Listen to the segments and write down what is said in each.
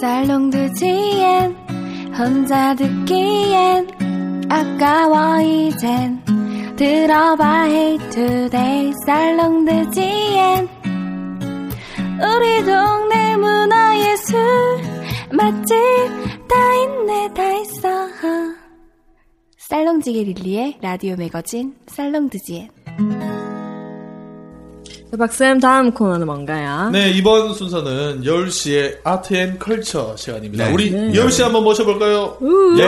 살롱 듣기엔 혼자 듣기엔 아까워 이젠 들어봐 hey today 살롱 듣기엔 우리 동네 문화예술 맛집 다 있네 다 있어 살롱지게 릴리의 라디오 매거진 살롱 드지엔 박쌤 다음 코너는 뭔가요? 네, 이번 순서는 10시에 아트 앤 컬처 시간입니다. 네. 우리 네. 10시 한번 모셔볼까요? 아. 우. 예,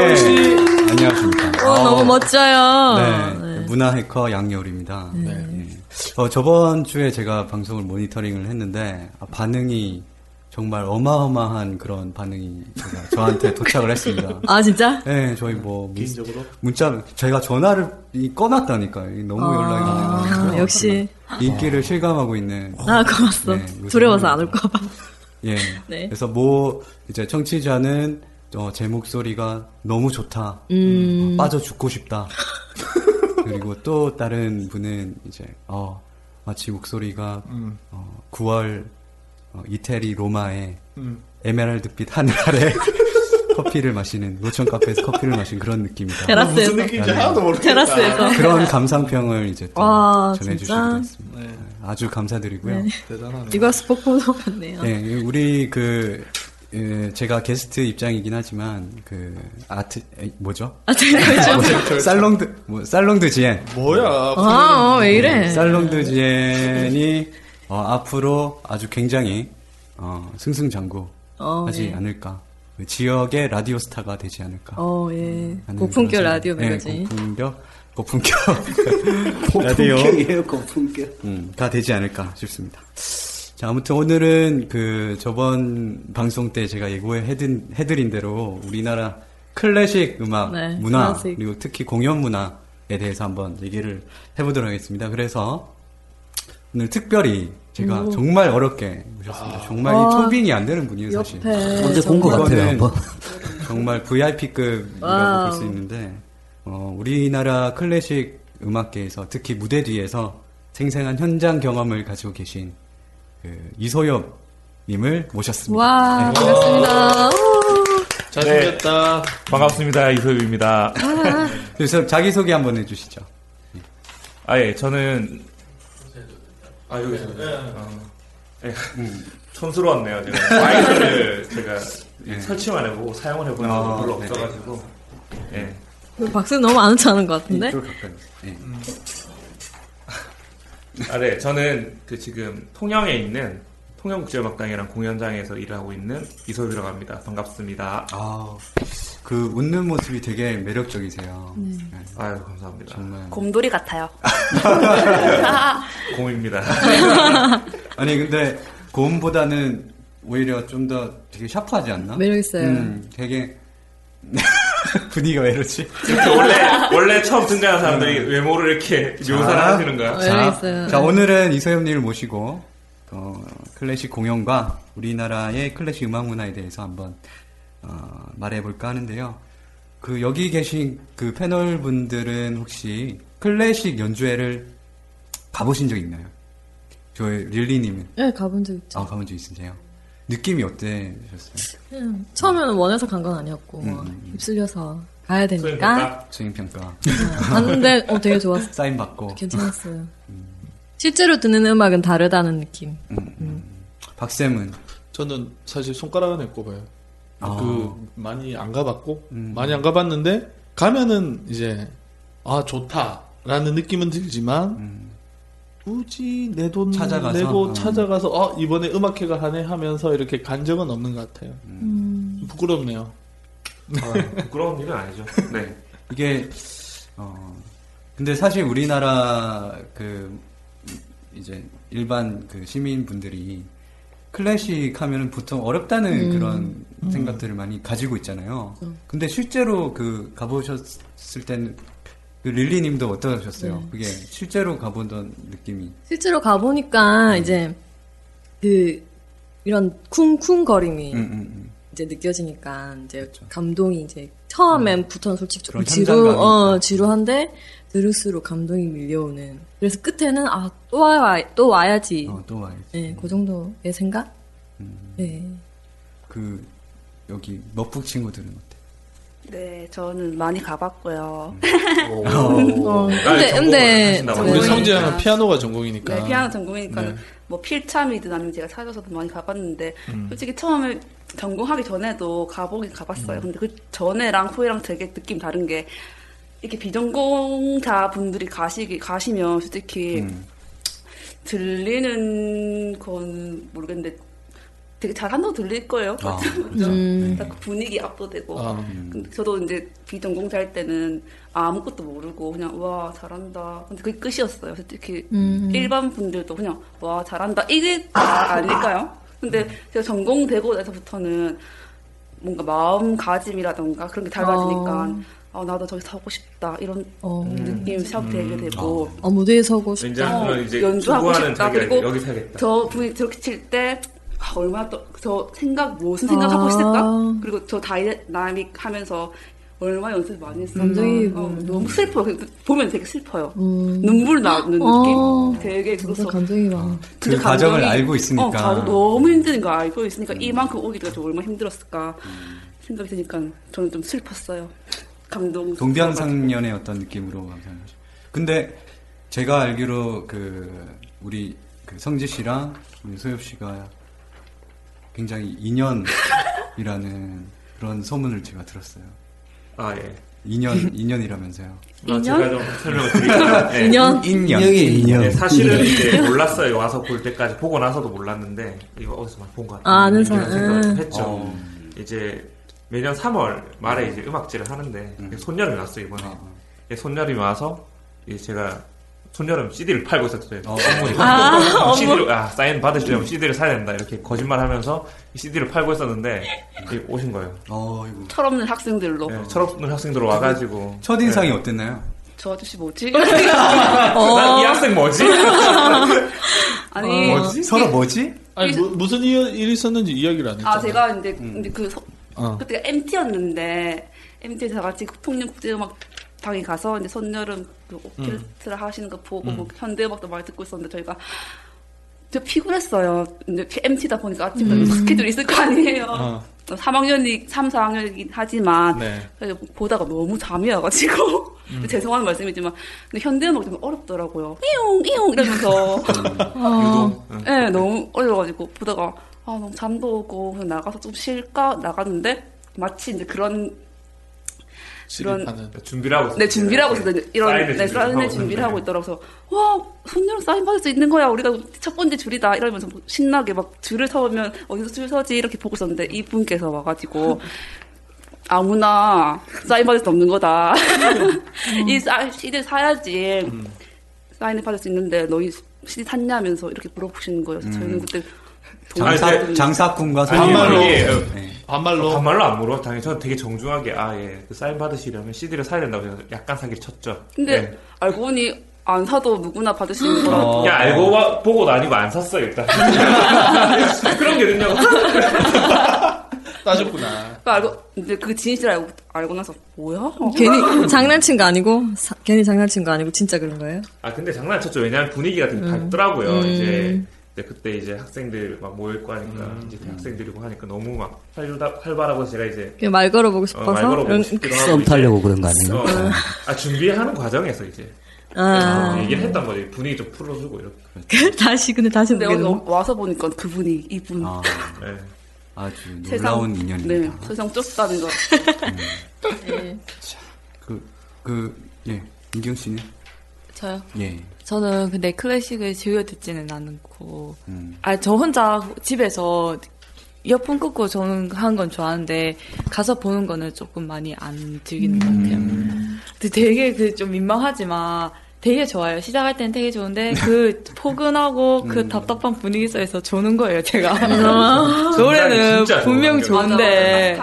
안녕하십니까. 오, 어, 너무 멋져요. 네, 문화 해커 양여울입니다. 네. 예. 어, 저번 주에 제가 방송을 모니터링을 했는데 아, 반응이 정말 어마어마한 그런 반응이 제가 저한테 도착을 했습니다. 아 진짜? 네, 저희 뭐 문- 개인적으로. 문자 제가 전화를 이- 꺼놨다니까 이 너무 연락이 많이 아, 와가지고 역시 인기를 실감하고 있는 아 고맙어. 네, 요즘은- 두려워서 안 올까봐. 예. 네. 그래서 뭐 이제 청취자는 어, 제 목소리가 너무 좋다. 어, 음. 빠져 죽고 싶다. 그리고 또 다른 분은 이제 어, 마치 목소리가 음. 어, 9월 어, 이태리 로마의 음. 에메랄드빛 하늘 아래 커피를 마시는 노천 카페에서 커피를 마신 그런 느낌이다. 테라- 무슨 느낌인지 네. 하나도 모르겠다. 테라스에서. 그런 감상평을 이제 또 와, 진짜? 전해주시기도 했습니다. 네, 아주 감사드리고요. 대단하네. 이거 스포포도 같네요. 네, 우리 그 예, 제가 게스트 입장이긴 하지만 그 아트 에, 뭐죠? 아 제가 뭐죠? 살롱드 네, 뭐 살롱드 지엔 예, 뭐야. 아왜 이래? 살롱드 지엔이 어, 앞으로 아주 굉장히 어, 승승장구 어, 하지 예. 않을까 그 지역의 라디오 스타가 되지 않을까 어 예. 하는 고품격 그런 생각. 라디오 네, 매거진. 고품격 고품격 라디오 고품격이에요, 고품격. 음, 다 되지 않을까 싶습니다. 자, 아무튼 오늘은 그 저번 방송 때 제가 예고해 해든, 해드린 대로 우리나라 클래식 음악 네, 문화 클래식. 그리고 특히 공연 문화에 대해서 한번 얘기를 해보도록 하겠습니다. 그래서 오늘 특별히 제가 음. 정말 어렵게 모셨습니다. 정말 이 와. 초빙이 안 되는 분이에요, 사실. 옆에 아, 언제 본 것 이거는 같아요, 한번. 정말 VIP급이라고 볼 와우. 수 있는데 어, 우리나라 클래식 음악계에서 특히 무대 뒤에서 생생한 현장 경험을 가지고 계신 그 이소엽님을 모셨습니다. 네. 와 반갑습니다. 우. 잘생겼다. 네. 반갑습니다. 이소유입니다. 아. 그래서 자기 소개 한번 해주시죠. 아, 예, 저는. 아, 여기서. 예. 음. 촌스러웠네요, 제가. 마이크를 제가 설치만 해보고 사용을 해본 적이 예. 아, 별로 네. 없어가지고. 예. 박쌤 너무 안 웃지 않은 것 같은데? 이쪽으로 가까이. 네. 음. 아, 네. 저는 그 지금 통영에 있는 통영국제음악당이랑 공연장에서 일하고 있는 이소유라고 합니다. 반갑습니다. 아, 그 웃는 모습이 되게 매력적이세요. 네, 아유, 감사합니다. 정말. 곰돌이 같아요. 공입니다. 아니 근데 고음보다는 오히려 좀 더 되게 샤프하지 않나? 매력 있어요. 음, 되게 분위기가 왜 이러지? 이렇게 그러니까 원래, 원래 처음 등장한 사람들이 외모를 이렇게 묘사를 하시는 거야. 매력 네, 있어요. 자, 오늘은 이소엽님을 모시고 어, 클래식 공연과 우리나라의 클래식 음악 문화에 대해서 한번 어, 말해볼까 하는데요. 그 여기 계신 그 패널 분들은 혹시 클래식 연주회를 가보신 적 있나요? 저희 릴리님은 예 가본 적 있죠. 아 가본 적 있으세요? 느낌이 어때셨어요? 음, 처음에는 원해서 간 건 아니었고 음. 휩쓸려서 가야 되니까 그러니까 수행 평가 갔는데 어 되게 좋았어 사인 받고 음. 괜찮았어요 실제로 듣는 음악은 다르다는 느낌 박 쌤은 저는 사실 손가락 안에 꼽아요. 아. 그, 많이 안 가봤고, 음. 많이 안 가봤는데, 가면은 이제, 아, 좋다. 라는 느낌은 들지만, 음, 굳이 내 돈 찾아가서? 내고 음. 찾아가서 어 이번에 음악회가 하네 하면서 이렇게 간 적은 없는 것 같아요. 음. 부끄럽네요. 아, 부끄러운 일은 아니죠. 네. 이게 어 근데 사실 우리나라 그 이제 일반 그 시민분들이 클래식 하면은 보통 어렵다는 그런 생각들을 많이 가지고 있잖아요. 근데 실제로 그 가보셨을 때는 그 릴리님도 어떠셨어요? 그게 실제로 가보던 느낌이 실제로 가보니까 이제 그 이런 쿵쿵거림이 음, 음, 음. 이제 느껴지니까 이제 감동이 이제 처음엔 부터는 솔직히 조금 그렇죠. 그런 지루, 현장감이 어, 있다. 지루한데 들을수록 감동이 밀려오는. 그래서 끝에는 아, 또 와야, 또 와야지. 어, 또 음. 와요. 네, 그 정도의 생각? 네. 그 여기 머북 친구들은 어때? 네, 저는 많이 가봤고요. 어. 오. 근데- 근데- 우리 네. 성재양은 피아노가 전공이니까. 네, 피아노 전공이니까는 네. 뭐 필참이든 아니면 제가 찾아서도 많이 가봤는데 솔직히 처음에 전공하기 전에도 가보긴 음. 가봤어요. 근데 그 전에랑 후에랑 되게 느낌 다른 게 이렇게 비전공자 분들이 가시기 가시면 솔직히 들리는 건 모르겠는데 되게 잘한다고 들릴 거예요. 아, 음, 딱 분위기 압도되고. 아, 음. 음. 근데 저도 이제 비전공자 할 때는 아무것도 모르고 그냥 와 잘한다. 근데 그게 끝이었어요. 솔직히 음. 일반 분들도 그냥 와 잘한다 이게 다 아닐까요? 근데 제가 전공되고 나서부터는 뭔가 마음가짐이라던가 그런 게 달라지니까 아, 나도 저기 서고 싶다 이런 어, 느낌 시작되게 되고 어, 무대에 서고 싶다. 어, 왠지는 이제 연주하고 연주하고 싶다. 싶다. 그리고 그리고 여기 살겠다. 저 분이 저렇게 칠 때 아, 얼마나 또, 저 생각 아. 무슨 생각 하고 있을까? 그리고 저 다이나믹 하면서 얼마나 연습 많이 했을까? 감정이 어, 너무 슬퍼요. 그- 보면 되게 슬퍼요. 음. 눈물 나는 어. 느낌. 되게 그래서 진짜 감정이 막. 그 진짜 과정을 감정이- 알고 있으니까. 음. 어, 가도 너무 힘든 거 알고 있으니까 이만큼 오기 내가 좀 얼마나 힘들었을까 음. 생각이 드니까 저는 좀 슬펐어요. 감동. 동병상련의 어떤 느낌으로 감상하죠. 근데 제가 알기로 그 우리 그 성지 씨랑 우리 소엽 씨가 굉장히 인연이라는 그런 소문을 제가 들었어요. 아 예. 인연 인연이라면서요. 아, 제가 좀 설명을 드릴게요. 네. 인연? 인연. 네, 사실은 이제 몰랐어요. 와서 볼 때까지 보고 나서도 몰랐는데 이거 어디서 많이 본것 같아요. 아, 아는 이런 사람. 생각을 음. 했죠. 어. 이제 매년 3월 말에 이제 음악제를 하는데 손여름이 왔어요 이번에. 아. 예, 손여름이 와서 이제 제가 손여름 CD를 팔고 있었어요. 어. 선물이. CD를 아 사인 받으시려면 CD를 사야 된다 이렇게 거짓말하면서 CD를 팔고 있었는데 이제 오신 거예요. 어, 이거. 철없는 학생들로 네, 예, 철없는 학생들 와가지고 네. 첫 인상이 어땠나요? 저 아저씨 뭐지? 어. 난이 학생 뭐지? 아니 서로 어, 뭐지? 음. 아니 뭐, 무슨 일, 일이 있었는지 이야기를 안 했잖아요. 아 제가 이제 근데 그 서- 어. 그때가 MT였는데 MT에서 다 같이 통영 국제음악 당에 가서 이제 손여름 그 음. 오케스트라 하시는 거 보고 뭐 현대음악도 많이 듣고 있었는데 저희가 저 피곤했어요. 이제 MT다 보니까 아침에 스케줄이 있을 거 아니에요. 음. 아. 어. 3학년이 3, 4학년이긴 하지만 네. 그래서 보다가 너무 잠이 와가지고 음. 죄송한 말씀이지만 근데 현대음악 좀 어렵더라고요. 이용 이용 이러면서 아. 유독 응. 네, 너무 어려워가지고 보다가 아 너무 잠도 오고 그냥 나가서 좀 쉴까 나갔는데 마치 이제 그런 그런- 실입하는. 그러니까 준비를 하고 있었어요. 네. 내 준비를 하고 있었는데 이런 사인을 내 준비를 사인의 하고 준비를 하고 있었는데. 있더라고서 와 손으로 사인 받을 수 있는 거야 우리가 첫 번째 줄이다 이러면서 뭐 신나게 막 줄을 서면 어디서 줄 서지 이렇게 보고 있었는데 이분께서 와가지고 아무나 사인 받을 수 없는 거다 음. 이 사- CD 사야지 사인을 받을 수 있는데 너희 CD 샀냐면서 이렇게 물어보시는 거예요 그래서 저희는 그때 돈을 음. 장사- 받은- 장사, 장사꾼과 아니, 반말로. 이게 네. 반말로 반말로 안 물어. 당연히 저는 되게 정중하게 아 예, 그 사인 받으시려면 CD를 사야 된다고 해서 약간 사기를 쳤죠. 근데 네. 알고 보니 안 사도 누구나 받으시는 거라 어. 야 알고 와- 보고 나니고 안 샀어요 일단. 그런 게 됐냐고. 따졌구나. 그러니까 알고 이제 그 진실 알고 알고 나서 뭐야? 어. 괜히 장난친 거 아니고, 사- 괜히 장난친 거 아니고, 진짜 그런 거예요? 아 근데 장난쳤죠. 왜냐하면 분위기가 되게 밝더라고요. 이제 근데 그때 이제 학생들 막 모일 거 하니까 음. 이제 학생들이고 하니까 너무 막 활다, 활발하고 제가 이제 그냥 말 걸어보고 어, 싶어서. 말 걸어보고 이런- 싶기도 하고 썸 이제 타려고 그런 거 아니에요? 어, 아 준비하는 과정에서 이제 어, 아, 얘기를 했던 거지 분위기 좀 풀어주고 이렇게. 다시, 근데 다시 근데 보게 여기 되는 와서 보니까 그분이 이분 아, 네. 아주 세상 놀라운 인연입니다. 네 세상 좁다는 거 음. 네, 그, 그, 예, 민경 씨는? 저요? 예. 저는 근데 클래식을 즐겨 듣지는 않고, 음. 아, 저 혼자 집에서 이어폰 끄고 저는 한 건 좋아하는데, 가서 보는 거는 조금 많이 안 즐기는 것 같아요. 근데 되게 그 좀 민망하지만, 되게 좋아요. 시작할 때는 되게 좋은데, 그 포근하고 그 음. 답답한 분위기 속에서 조는 거예요, 제가. 노래는 아, 진짜 좋아요. 분명 네. 좋은데,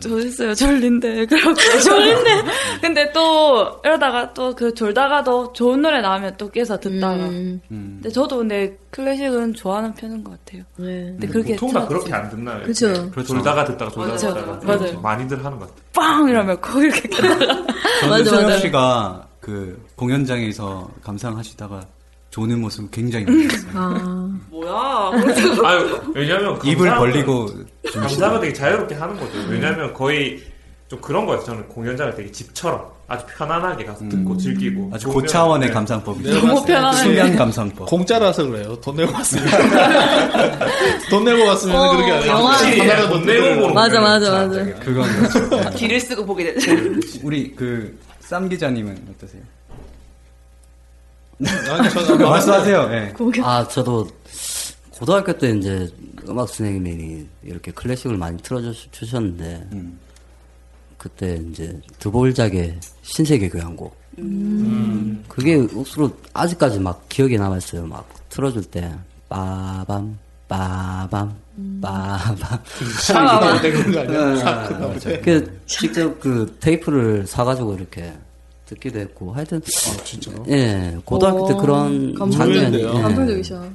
졸렸어요, 졸린데. 그렇고, 졸린데. 근데 또, 이러다가 또 그 졸다가도 좋은 노래 나오면 또 깨서 듣다가. 음. 근데 저도 근데 클래식은 좋아하는 편인 것 같아요. 네. 근데 그렇게 음, 보통 다 틀어지지 그렇게 않아요. 안 듣나요? 그죠. 그래서 돌다가 듣다가 돌다가 맞아요. 듣다가 그렇죠. 맞아요. 많이들 하는 것 같아요. 빵! 이러면 거 이렇게 깨다가. 저는 수영 씨가 그 공연장에서 감상하시다가 조는 모습 굉장히 많이 봤어요. 아. 뭐야. 어, 그렇죠. 아유, 왜냐면 입을 감상은- 벌리고 음. 감상은 되게 자유롭게 하는 거죠. 왜냐면 거의 좀 그런 거예요. 저는 공연장을 되게 집처럼 아주 편안하게 가서 듣고 즐기고 음. 아주 보면- 고차원의 네. 감상법이죠. 내가 봤을 때 수면 감상법. 공짜라서 그래요. 돈 내고 왔으니까. 돈 내고 왔으면 어, 그렇게 안 영화. 하고 그냥 돈 내고 보는 맞아, 맞아, 맞아. 그건 그렇죠. 길을 쓰고 보게 되죠. 우리 그 쌈 기자님은 어떠세요? 아니, 저는 아마- 말씀하세요. 예. 아, 저도 고등학교 때 이제 음악 선생님이 이렇게 클래식을 많이 틀어주셨는데, 음. 그때 이제 드볼작의 신세계 교향곡. 음. 음. 그게 억수로 아직까지 막 기억에 남았어요. 막 틀어줄 때, 빠밤, 빠밤, 빠밤. 샤크 나올 때 그런 거 아니야? 아, 샤크 나올 맞아요. 때. 그 직접 그 테이프를 사가지고 이렇게 듣기도 했고, 하여튼. 아, 예, 고등학교 때 오, 그런 장면이. 어, 감동적이네요. 예. 감동적이셔.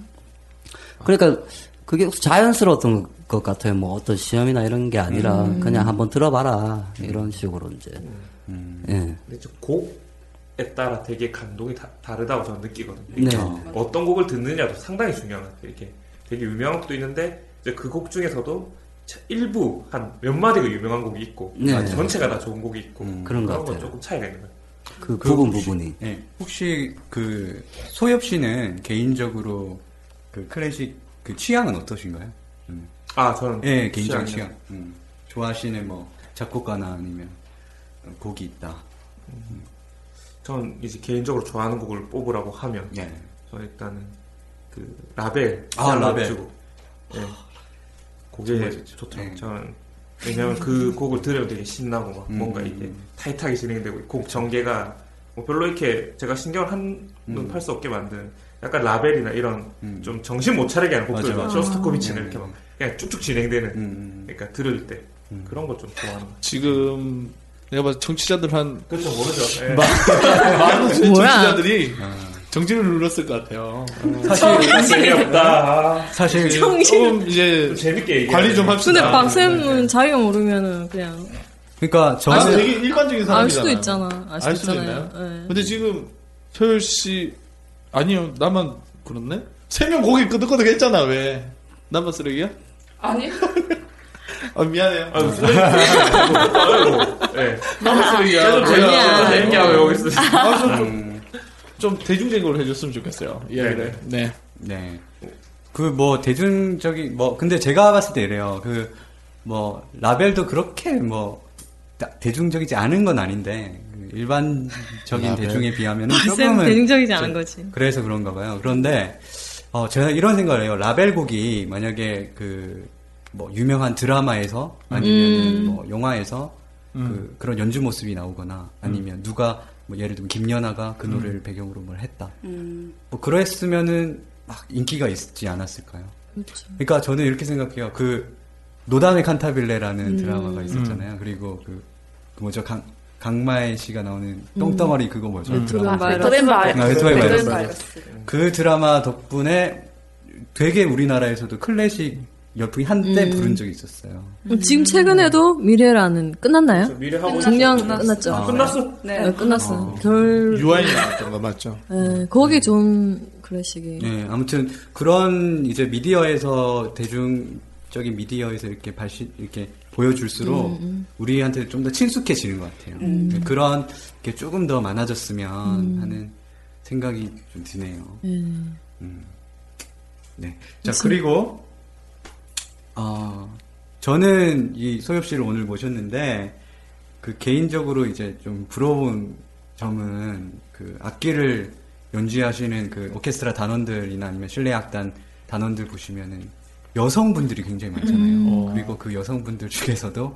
그러니까 그게 자연스러웠던 것 같아요. 뭐 어떤 시험이나 이런 게 아니라 음. 그냥 한번 들어봐라 이런 식으로 이제 음. 예. 근데 좀 곡에 따라 되게 감동이 다, 다르다고 저는 느끼거든요. 네. 이게 어떤 곡을 듣느냐도 상당히 중요한 것 같아요. 이렇게 되게 유명한 곡도 있는데 이제 그 곡 중에서도 차- 일부 한 몇 마디가 유명한 곡이 있고 네. 음. 아, 전체가 다 좋은 곡이 있고 그런 것 건 같아요. 조금 차이가 있는 거예요. 그 부분 혹시- 부분이 예. 혹시 그 소엽 씨는 개인적으로 그 클래식 그 취향은 어떠신가요? 음. 아 저는 예 개인적인 취향이요. 취향. 음. 좋아하시는 뭐 작곡가나 아니면 곡이 있다. 전 이제 개인적으로 좋아하는 곡을 뽑으라고 하면 저 일단은 그 라벨 아, 샬롯 라벨. 주곡. 예. 그게 좋죠. 저는 왜냐면 그 곡을 들으면 되게 신나고 막 음. 뭔가 이게 타이트하게 진행되고 곡 전개가 뭐 별로 이렇게 제가 신경을 한눈팔 수 없게 만든 약간 라벨이나 이런 좀 정신 못 차리게 하는 곡들 맞아요. 막 쇼스타코비치는 음. 이렇게 막 그냥 쭉쭉 진행되는 그러니까 들을 때 그런 거 좀 좋아하는 것 지금 내가 봐서 정치자들 한 그렇죠, 모르죠. 예. 마- 많은 수의 뭐야? 정치자들이 정지를 눌렀을 것 같아요. 사실- 정지. 재미없다. 사실 정지. 조금 이제 재밌게 관리 좀 합시다. 근데 네. 박쌤은 자기가 모르면은 그냥 그러니까 아, 저는 되게 일관적인 사람이잖아요. 알 수도 있잖아. 알 수도 알 수도 있잖아요. 있나요? 네. 근데 지금 효율 씨 아니요 나만 그렇네? 세 명 고개 끄덕끄덕 했잖아 왜? 나만 쓰레기야? 아니요. 아 미안해요. 아, 쓰레기. 아이고. 예. 나만 쓰레기야. 계속 재밌게 하고, 재밌게 하고 여기 있어요. 아, 좀- 좀, 좀 대중적인 걸 해줬으면 좋겠어요. 이야기를. 네. 네. 그 뭐 대중적인 뭐 근데 제가 봤을 때 이래요. 그 뭐 라벨도 그렇게 뭐 다- 대중적이지 않은 건 아닌데 그 일반적인 라벨. 대중에 비하면 아, 아, 박쌤 조금은 대중적이지 않은 좀- 거지. 그래서 그런가 봐요. 그런데 어 제가 이런 생각을 해요. 라벨곡이 만약에 그 뭐 유명한 드라마에서 아니면 음. 뭐 영화에서 그 그런 연주 모습이 나오거나 아니면 누가 뭐 예를 들면 김연아가 그 노래를 배경으로 뭘 했다. 음. 뭐 그랬으면은 막 인기가 있지 않았을까요? 그렇죠. 그러니까 저는 이렇게 생각해요. 그 노담의 칸타빌레라는 음. 드라마가 있었잖아요. 그리고 그, 그 뭐죠 강 강마애 씨가 나오는 똥덩어리 그거 뭐죠? 음. 드라마. 바이러스. 베토벤 바이러스. 아, 베토벤 베토벤 바이러스. 바이러스. 그 드라마 덕분에 되게 우리나라에서도 클래식 열풍이 한때 음. 부른 적이 있었어요. 음. 지금 최근에도 미래라는 끝났나요? 그 미래하고 작년 있었죠. 끝났죠. 아, 끝났어? 네, 네. 끝났어. 어. 결 유아인이 나왔던 거 맞죠? 네, 거기 좀 클래식이 예. 네, 아무튼 그런 이제 미디어에서 대중적인 미디어에서 이렇게 발신 이렇게 보여줄수록 음, 음. 우리한테 좀 더 친숙해지는 것 같아요. 음. 그런 게 조금 더 많아졌으면 음. 하는 생각이 좀 드네요. 음. 음. 네, 자 그치. 그리고 어, 저는 이 소엽 씨를 오늘 모셨는데 그 개인적으로 이제 좀 부러운 점은 그 악기를 연주하시는 그 오케스트라 단원들이나 아니면 실내 악단 단원들 보시면은 여성분들이 굉장히 많잖아요. 음. 어, 그리고 그 여성분들 중에서도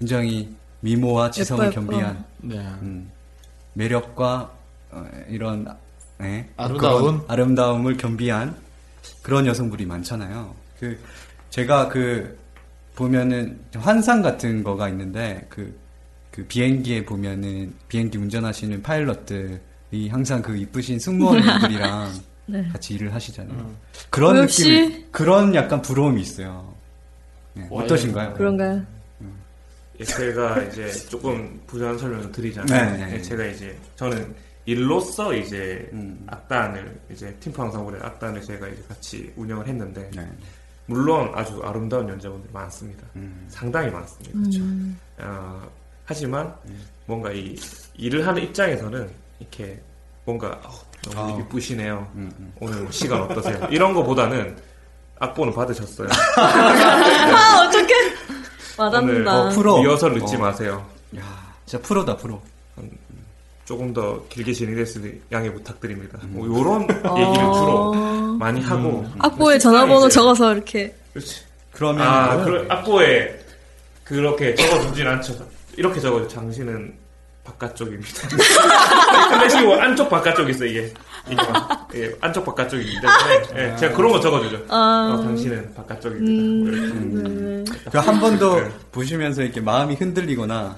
굉장히 미모와 지성을 예뻐, 예뻐. 겸비한 네. 음, 매력과 어, 이런 예, 아름다움? 그런 아름다움을 겸비한 그런 여성분이 많잖아요. 그 제가 그 보면은 환상 같은 거가 있는데 그, 그 비행기에 보면은 비행기 운전하시는 파일럿들이 항상 그 이쁘신 승무원분들이랑 네. 같이 일을 하시잖아요. 그런 고엽 씨? 느낌, 그런 약간 부러움이 있어요. 네, 와요. 어떠신가요? 그런가요? 예, 제가 이제 조금 부정한 설명을 네, 드리자면 네, 예, 네. 제가 이제 저는 일로서 이제 음. 악단을 이제 팀팡사울의 악단을 제가 이제 같이 운영을 했는데 네. 물론 아주 아름다운 연주자분들이 많습니다. 음. 상당히 많습니다. 그렇죠. 음. 어, 하지만 음. 뭔가 이 일을 하는 입장에서는 이렇게 뭔가 어, 아. 너무 이쁘시네요. 음, 오늘 시간 어떠세요? 이런 거보다는 악보는 받으셨어요. 네. 아, 어떡해. 어, 오늘 와닿는다. 리허설 늦지 어. 마세요. 진짜 프로다 프로. 조금 더 길게 진행될 수도 양해 부탁드립니다. 음. 뭐 이런 얘기를 주로 많이 하고 어. 악보에 전화번호 적어서 이렇게. 그러면 뭐. 아, 그 악보에 그렇게 적어두진 않죠. 이렇게 적어요. 당신은 바깥쪽입니다. 클래식 안쪽 바깥쪽 있어 이게. 이게 막, 예, 안쪽 바깥쪽이기 때문에 예, 제가 그런 거 적어주죠. 아. 어, 당신은 바깥쪽입니다. 뭐 이렇게. 음, 네. 그 한 번 더 보시면서 이렇게 마음이 흔들리거나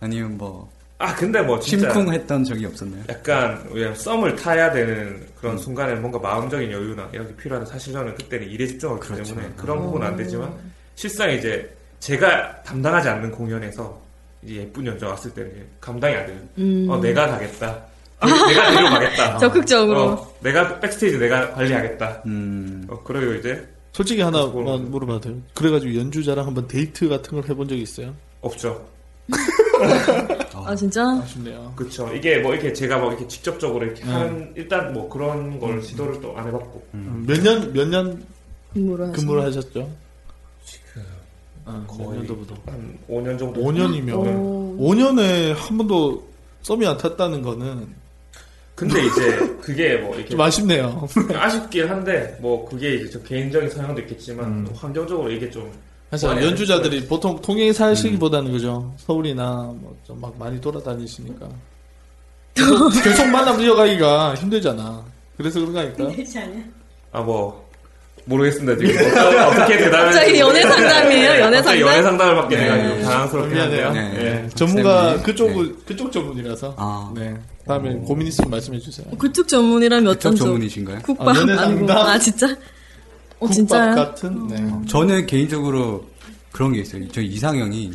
아니면 뭐. 아, 근데 뭐 진짜- 심쿵했던 적이 없었나요? 약간 왜냐면 썸을 타야 되는 그런 순간에 뭔가 마음적인 여유나 이런 게 필요한데 사실 저는 그때는 일에 집중하기 그렇죠. 때문에 음. 그런 부분은 안 되지만 실상 이제 제가 담당하지 않는 공연에서 이제 예쁜 연주 가 왔을 때는 이제 감당이 안 되죠. 음. 어, 내가 가겠다. 내가 데려가겠다. 적극적으로. 어, 내가 백스테이지 내가 관리하겠다. 음. 어, 그리고 이제 솔직히 하나만 물어봐도 돼요? 그래가지고 연주자랑 한번 데이트 같은 걸 해본 적이 있어요? 없죠. 어. 아, 진짜? 아쉽네요. 그쵸. 이게 뭐 이렇게 제가 막 이렇게 직접적으로 이렇게 음. 하는 일단 뭐 그런 걸 시도를 또 안 해봤고. 몇 년, 몇 년 근무를, 근무를 하셨죠? 아, 어, 몇 거의 년도부터? 한 5년 정도. 네. 5년이면. 5년에 한 번도 썸이 안 탔다는 거는. 근데 이제 그게 뭐 이렇게 그러니까 좀 아쉽네요. 아쉽긴 한데 뭐 그게 이제 저 개인적인 성향도 있겠지만 또 환경적으로 이게 좀 뭐 그래서 원하는 음. 네. 음. 연주자들이 보통 통영에 사시기보다는 그죠. 서울이나 뭐막 많이 돌아다니시니까. 계속, 계속 만남 이어가기가 힘들잖아. 그래서 그런 거 네, 아닐까요? 아 뭐 모르겠습니다 지금 어떤- 어떻게 대답을 갑자기 연애 상담이에요? 연애 갑자기 상담? 연애 상담을 받게 네. 돼가지고 당황스럽긴 미안해요. 한데요. 네. 예. 전문가 그쪽 그쪽 전문이라서. 네. 다음에 고민 있으면 말씀해 주세요. 그쪽 전문이라면 어떤 그쪽 쪽? 전문이신가요? 국밥 아, 연애 아, 니고 상담? 아 진짜? 어 진짜요? 어. 같은. 네. 저는 개인적으로 그런 게 있어요. 저 이상형이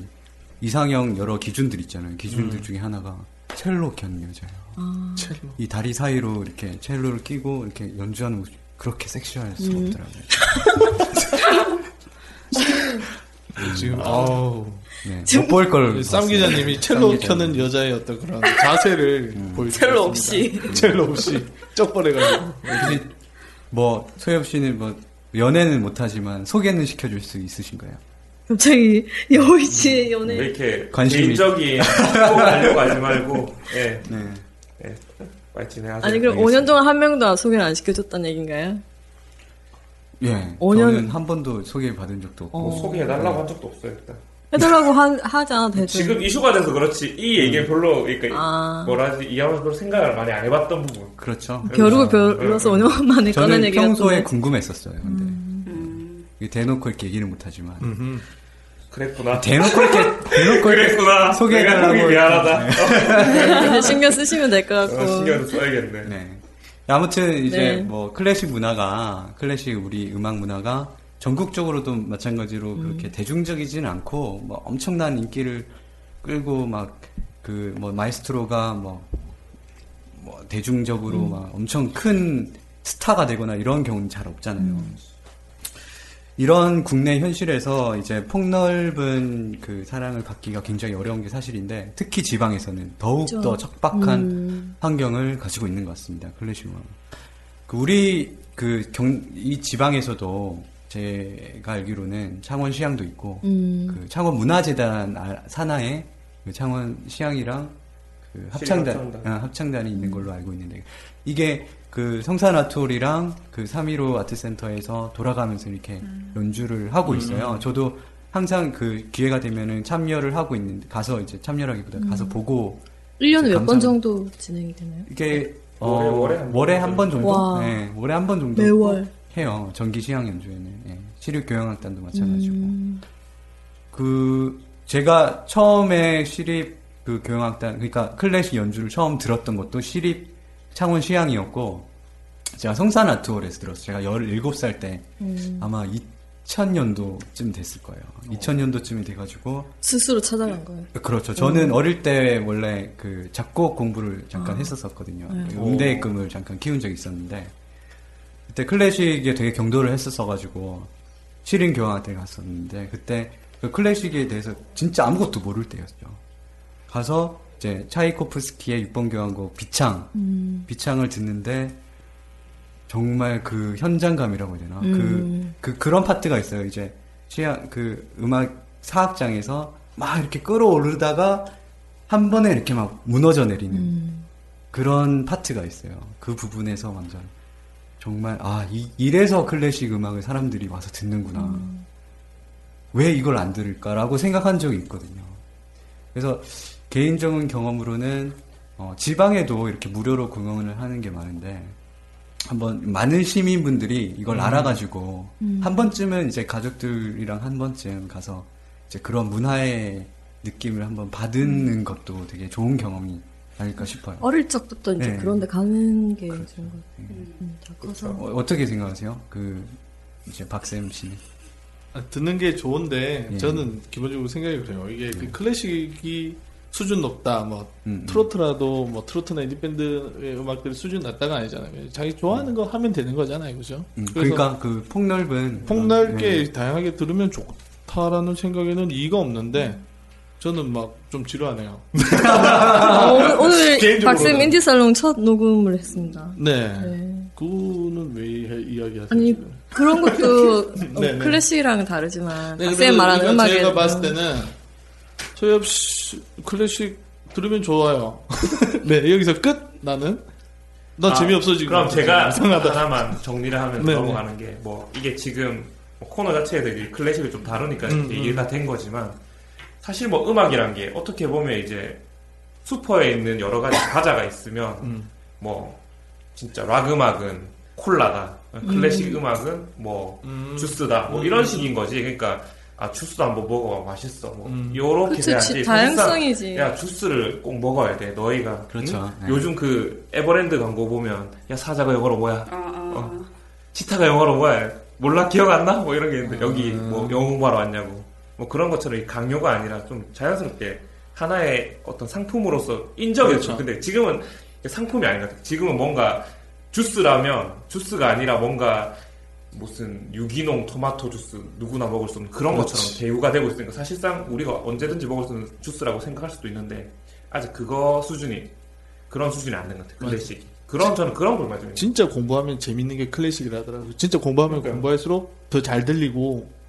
이상형 여러 기준들 있잖아요. 기준들 음. 중에 하나가 첼로 견 여자예요. 아. 이 다리 사이로 이렇게 첼로를 끼고 이렇게 연주하는 모습 그렇게 섹시할 수가 음. 없더라고요. 지금 음. 아우. 네, 지금 못볼 걸. 쌈 기자님이 첼로 켜는 여자의 어떤 그런 자세를 보여주고 첼로 있습니다. 첼로 없이 쩍벌해가지고. 뭐 소엽 씨는 뭐 연애는 못하지만 소개는 시켜줄 수 있으신가요? 갑자기 여우이 씨의 연애. 왜 이렇게 관심이- 개인적인 꼭 알려고 하지 말고 예. 네. 예. 빨리 진행하세요. 아니 그럼 5년 동안 한 명도 소개를 안 시켜줬다는 얘기인가요? 예. 오 년- 저는 한 번도 소개 받은 적도 없고 뭐 소개해달라고 한 적도 없어요 일단. 해달라고 하, 하자 대충. 지금 이슈가 돼서 그렇지 이 얘기는 별로 그러니까 네, 음. 아. 뭐라지 이 양으로 생각을 많이 안 해봤던 부분. 네. 그렇죠. 음, 벼룩을 별로서 5년 만에 꺼낸 저는 얘기가 평소에 또. 음. 궁금했었어요. 근데 음. 이게 대놓고 이렇게 얘기는 못하지만 그랬구나. 대놓고 이렇게 대놓고 이렇게 그랬구나. 소개해달라고 내가 미안하다. 이제 네. 신경 쓰시면 될 것 같고. 네. 아, 신경 써야겠네. 네. 아무튼 이제 네. 뭐 클래식 문화가 클래식 우리 음악 문화가 전국적으로도 마찬가지로 음. 그렇게 대중적이지는 않고 뭐 엄청난 인기를 끌고 막 그 뭐 마이스트로가 뭐, 뭐 대중적으로 음. 막 엄청 큰 스타가 되거나 이런 경우는 잘 없잖아요. 음. 이런 국내 현실에서 이제 폭넓은 그 사랑을 받기가 굉장히 어려운 게 사실인데 특히 지방에서는 더욱 더 그렇죠. 척박한 음. 환경을 가지고 있는 것 같습니다. 클래식 음악. 그 우리 그 이 지방에서도 제가 알기로는 창원 시향도 있고 음. 그 창원 문화재단 아- 산하에 그 창원 시향이랑 그 합창단, 합창단. 어, 합창단이 있는 걸로 알고 있는데 이게 그 성산 아트홀이랑 그 315 아트센터에서 돌아가면서 이렇게 음. 연주를 하고 있어요. 음. 저도 항상 그 기회가 되면은 참여를 하고 있는데 가서 이제 참여하기보다 가서 음. 보고 1년에 몇 번 감사합니다. 정도 진행이 되나요? 이게 어, 월에- 월에 월에, 한번 한 번 정도, 와. 네, 월에 한 번 정도 매월. 해요. 정기 시향 연주회는 예. 시립 교향악단도 마찬가지고. 음. 그 제가 처음에 시립 그 교향악단 그러니까 클래식 연주를 처음 들었던 것도 시립 창원 시향이었고 제가 성산 아트홀에서 들었어요. 제가 17살 때 음. 아마 2000년도쯤 됐을 거예요. 2000년도쯤이 돼 가지고 스스로 찾아간 거예요. 그렇죠. 저는 음. 어릴 때 원래 그 작곡 공부를 잠깐 했었었거든요. 네. 그 음대금을 잠깐 키운 적이 있었는데 그때 클래식에 되게 경도를 했었어가지고 실인 교환학대를 갔었는데 그때 그 클래식에 대해서 진짜 아무것도 모를 때였죠. 가서 이제 차이코프스키의 6번 교향곡 비창 음. 비창을 듣는데 정말 그 현장감이라고 해야 되나 음. 그, 그런 파트가 있어요 이제 시야 그 음악 사악장에서 막 이렇게 끌어오르다가 한 번에 이렇게 막 무너져 내리는 그런 파트가 있어요 그 부분에서 완전 정말 아 이, 이래서 클래식 음악을 사람들이 와서 듣는구나 음. 왜 이걸 안 들을까라고 생각한 적이 있거든요. 그래서 개인적인 경험으로는 어, 지방에도 이렇게 무료로 공연을 하는 게 많은데 한번 많은 시민분들이 이걸 음. 알아가지고 음. 한 번쯤은 이제 가족들이랑 한 번쯤 가서 이제 그런 문화의 느낌을 한번 받는 것도 되게 좋은 경험이 아닐까 싶어요. 어릴 적부터 이제 네. 그렇죠. 그런데 가는 게 좋은 것 같아요. 음, 다 커서. 어, 떻게 생각하세요? 그 이제 박쌤 씨는 아, 듣는 게 좋은데 예. 저는 기본적으로 생각이 그래요. 이게 그 클래식이 수준 높다, 뭐 음, 트로트라도 뭐 트로트나 인디 밴드의 음악들이 수준 낮다가 아니잖아요. 자기 좋아하는 거 하면 되는 거잖아요, 그죠? 음, 그래서 그러니까 그 폭넓은 폭넓게 네. 다양하게 들으면 좋다라는 생각에는 이의가 없는데 저는 막 좀 지루하네요. 아, 오늘, 오늘 개인적으로는. 박쌤 인디살롱 첫 녹음을 했습니다. 네. 네. 그거는 왜 이- 이야기하세요? 아니 지금? 그런 것도 어, 네, 네. 클래식이랑은 다르지만 네, 아, 박쌤 그래서 말하는 이건 음악에 제가 봤을 때는 소엽 씨 클래식 들으면 좋아요. 네 여기서 끝 나는 나 아, 재미없어지고 그럼 제가 이상하다. 하나만 정리를 하면 네, 넘어가는 게 뭐 이게 지금 뭐 코너 자체에도 이제 클래식을 좀 다루니까 음, 이게 이해가 음. 된 거지만 사실 뭐 음악이란 게 어떻게 보면 이제 슈퍼에 있는 여러 가지 과자가 있으면 음. 뭐 진짜 락 음악은 콜라다 클래식 음. 악은뭐 주스다 뭐 음. 이런 식인 거지 그러니까 아 주스도 한번 먹어봐 맛있어 뭐 음. 요렇게 그치, 돼야지 지- 다양성이지. 사실상 야 주스를 꼭 먹어야 돼 너희가 그렇죠. 네. 요즘 그 에버랜드 광고 보면 야 사자가 영어로 뭐야? 아, 어, 치타가 영어로 뭐야? 몰라 기억 안 나? 뭐 이런 게 아. 있는데 여기 뭐 영어 공부하러 왔냐고 뭐 그런 것처럼 이 강요가 아니라 좀 자연스럽게 하나의 어떤 상품으로서 인정했죠. 그렇죠. 근데 지금은 상품이 아닌 것 같아요. 지금은 뭔가 주스라면 주스가 아니라 뭔가 무슨 유기농 토마토 주스 누구나 먹을 수 없는 그런 것처럼 그렇지. 대우가 되고 있으니까 사실상 우리가 언제든지 먹을 수 있는 주스라고 생각할 수도 있는데 아직 그거 수준이 그런 수준이 안 된 것 같아요. 클래식. 그런 저는 그런 걸 맞아요. 진짜 공부하면 재밌는 게 클래식이라더라고요. 진짜 공부하면 공부할수록 더 잘 들리고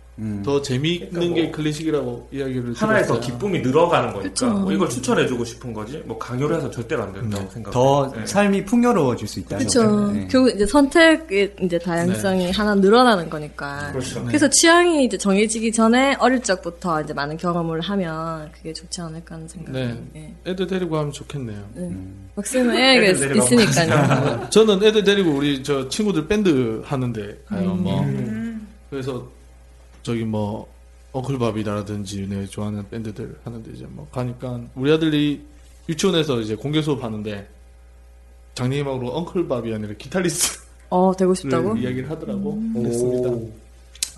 더 재미있는 그러니까 게 클래식이라고 이야기를 하나의 더 들었어요. 기쁨이 늘어가는 거니까 그쵸. 뭐 이걸 추천해주고 싶은 거지 뭐 강요를 해서 절대로 안 된다고 네. 네. 생각. 더 삶이 풍요로워질 수 있다는 그렇죠. 거죠. 네. 결국 이제 선택의 네. 이제 다양성이 하나 늘어나는 거니까. 그렇죠. 래서 취향이 이제 정해지기 전에 어릴 적부터 이제 많은 경험을 하면 그게 좋지 않을까 하는 생각. 네. 애들 데리고 하면 좋겠네요. 박쌤은 애가 네, 있- 있으니까요. 저는 애들 데리고 우리 저 친구들 밴드 하는데 가요. 음. 뭐 음. 그래서 저기 뭐 어클밥이라든지 내 좋아하는 밴드들 하는데 이제 뭐 가니까 우리 아들이 유치원에서 이제 공개 수업 하는데 장님하고 엉클밥이 아니라 기타리스트 어, 되고 싶다고? 네, 이야기를 하더라고. 음. 그랬습니다.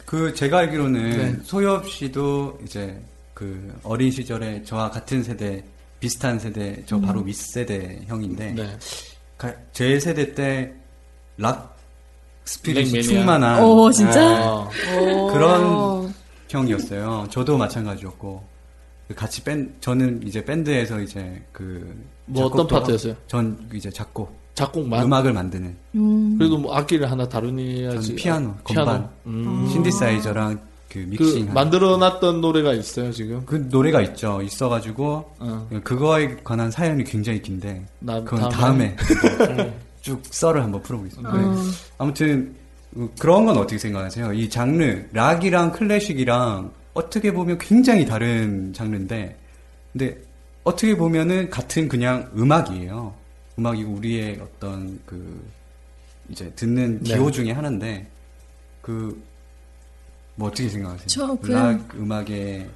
그 제가 알기로는 네. 소엽 씨도 이제 그 어린 시절에 저와 같은 세대 비슷한 세대 저 바로 음. 윗세대 형인데 네. 가- 제 세대 때 락 스피릿이 락매니아. 충만한 오, 진짜? 네. 오. 그런 형이었어요. 저도 마찬가지였고 그 같이 밴 저는 이제 밴드에서 이제 그뭐 뭐 어떤 파트였어요? 전 이제 작곡 작곡만? 음악을 만드는 음. 그래도 뭐 악기를 하나 다루니야지. 저는 피아노, 피아노. 건반, 음. 신디사이저랑 그 그 믹싱. 만들어놨던 노래가 있어요 지금? 그 노래가 있죠. 있어가지고 그거에 관한 사연이 굉장히 긴데 나- 그건 다음에 다음에. 쭉 썰을 한번 풀어보겠습니다. 네. 네. 아무튼 어, 그런 건 어떻게 생각하세요? 이 장르 락이랑 클래식이랑 어떻게 보면 굉장히 다른 장르인데 근데 어떻게 보면은 같은 그냥 음악이에요. 음악이고 우리의 어떤 그 이제 듣는 네. 기호 중에 하나인데 그 뭐 어떻게 생각하세요? 저 그냥- 락 음악에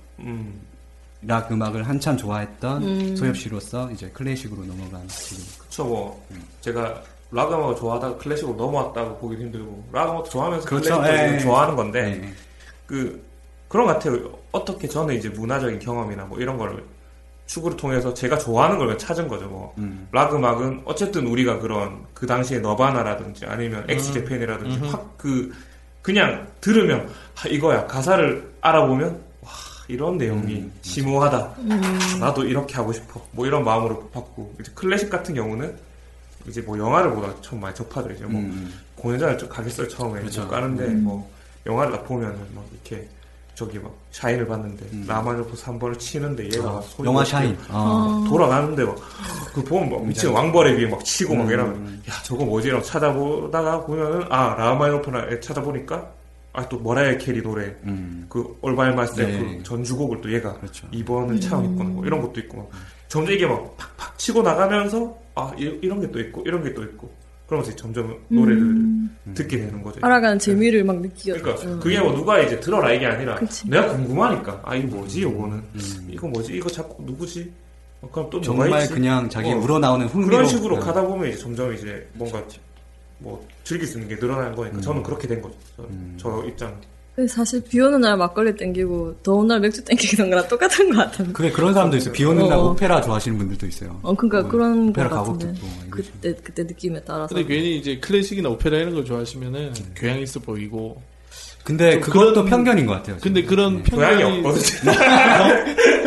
락 음악을 한참 좋아했던 음. 소엽 씨로서 이제 클래식으로 넘어간 지금 그쵸 뭐 제가 락 음악을 좋아하다가 클래식으로 넘어왔다고 보기도 힘들고 락 음악도 좋아하면서 그렇죠. 클래식도 예. 좋아하는 건데 그 그런 것 같아요 어떻게 저는 이제 문화적인 경험이나 뭐 이런 걸 축구를 통해서 제가 좋아하는 걸 그냥 찾은 거죠 뭐 음. 락 음악은 어쨌든 우리가 그런 그 당시에 너바나라든지 아니면 음. 엑스제팬이라든지 음흠. 확 그 그냥 들으면 아, 이거야 가사를 알아보면 와 이런 내용이 심오하다 음. 아, 나도 이렇게 하고 싶어 뭐 이런 마음으로 받고 이제 클래식 같은 경우는 이제 뭐 영화를 보다 처음 많이 접하죠 이제 뭐 공연장을 좀 가겠어요 처음에 그렇죠. 좀 가는데 음. 뭐 영화를 딱 보면은 막 이렇게 저기 막 샤인을 봤는데 라마노프 3번을 치는데 얘가 음. 아, 막 소리 영화 없이 샤인. 막 아. 돌아가는데 막 그 보면 막 미친 왕벌에 비해 막 치고 음. 막 이러면 야 저거 뭐지? 라고 찾아보다가 보면은 아 라마노프나 찾아보니까 아 또 머라이어 캐리 노래 그 얼바이마스의 음. 네. 그 전주곡을 또 얘가 그렇죠. 이번을 차용했거나 음. 뭐 이런 것도 있고 막 점점 이게 막 팍팍 치고 나가면서 아 이, 런 게 또 있고 이런 게 또 있고 그러면서 이제 점점 노래를 듣게 되는 거죠. 음. 알아가는 네. 재미를 막 느끼게. 그러니까 되죠. 그게 뭐 누가 이제 들어라 이게 아니라 음. 그치. 내가 궁금하니까 아 이거 뭐지 음. 이거는 이거 뭐지 이거 자꾸 누구지 어, 그럼 또 정말 뭐가 있지? 어. 그냥 자기 우러나오는 음. 그렇죠. 흥미로 그런 식으로 그냥. 가다 보면 이제 점점 이제 뭔가 뭐 즐길 수 있는 게 늘어나는 거니까 음. 저는 그렇게 된 거죠 저는. 저 입장 근데 사실 비 오는 날 막걸리 땡기고 더운 날 맥주 땡기던 거랑 똑같은 것 같아요. 그게 그런 사람도 있어요. 비 오는 날 어. 오페라 좋아하시는 분들도 있어요. 어, 그러니까 뭐, 그런 것 오페라 가곡 같은데. 듣고 막 이러죠. 그때 그때 느낌에 따라서. 근데 괜히 이제 클래식이나 오페라 이런 걸 좋아하시면은 교양 있어 보이고. 근데 좀 그것도 편견인 것 같아요. 네. 근데 그런 고양이 편견이 없거든요.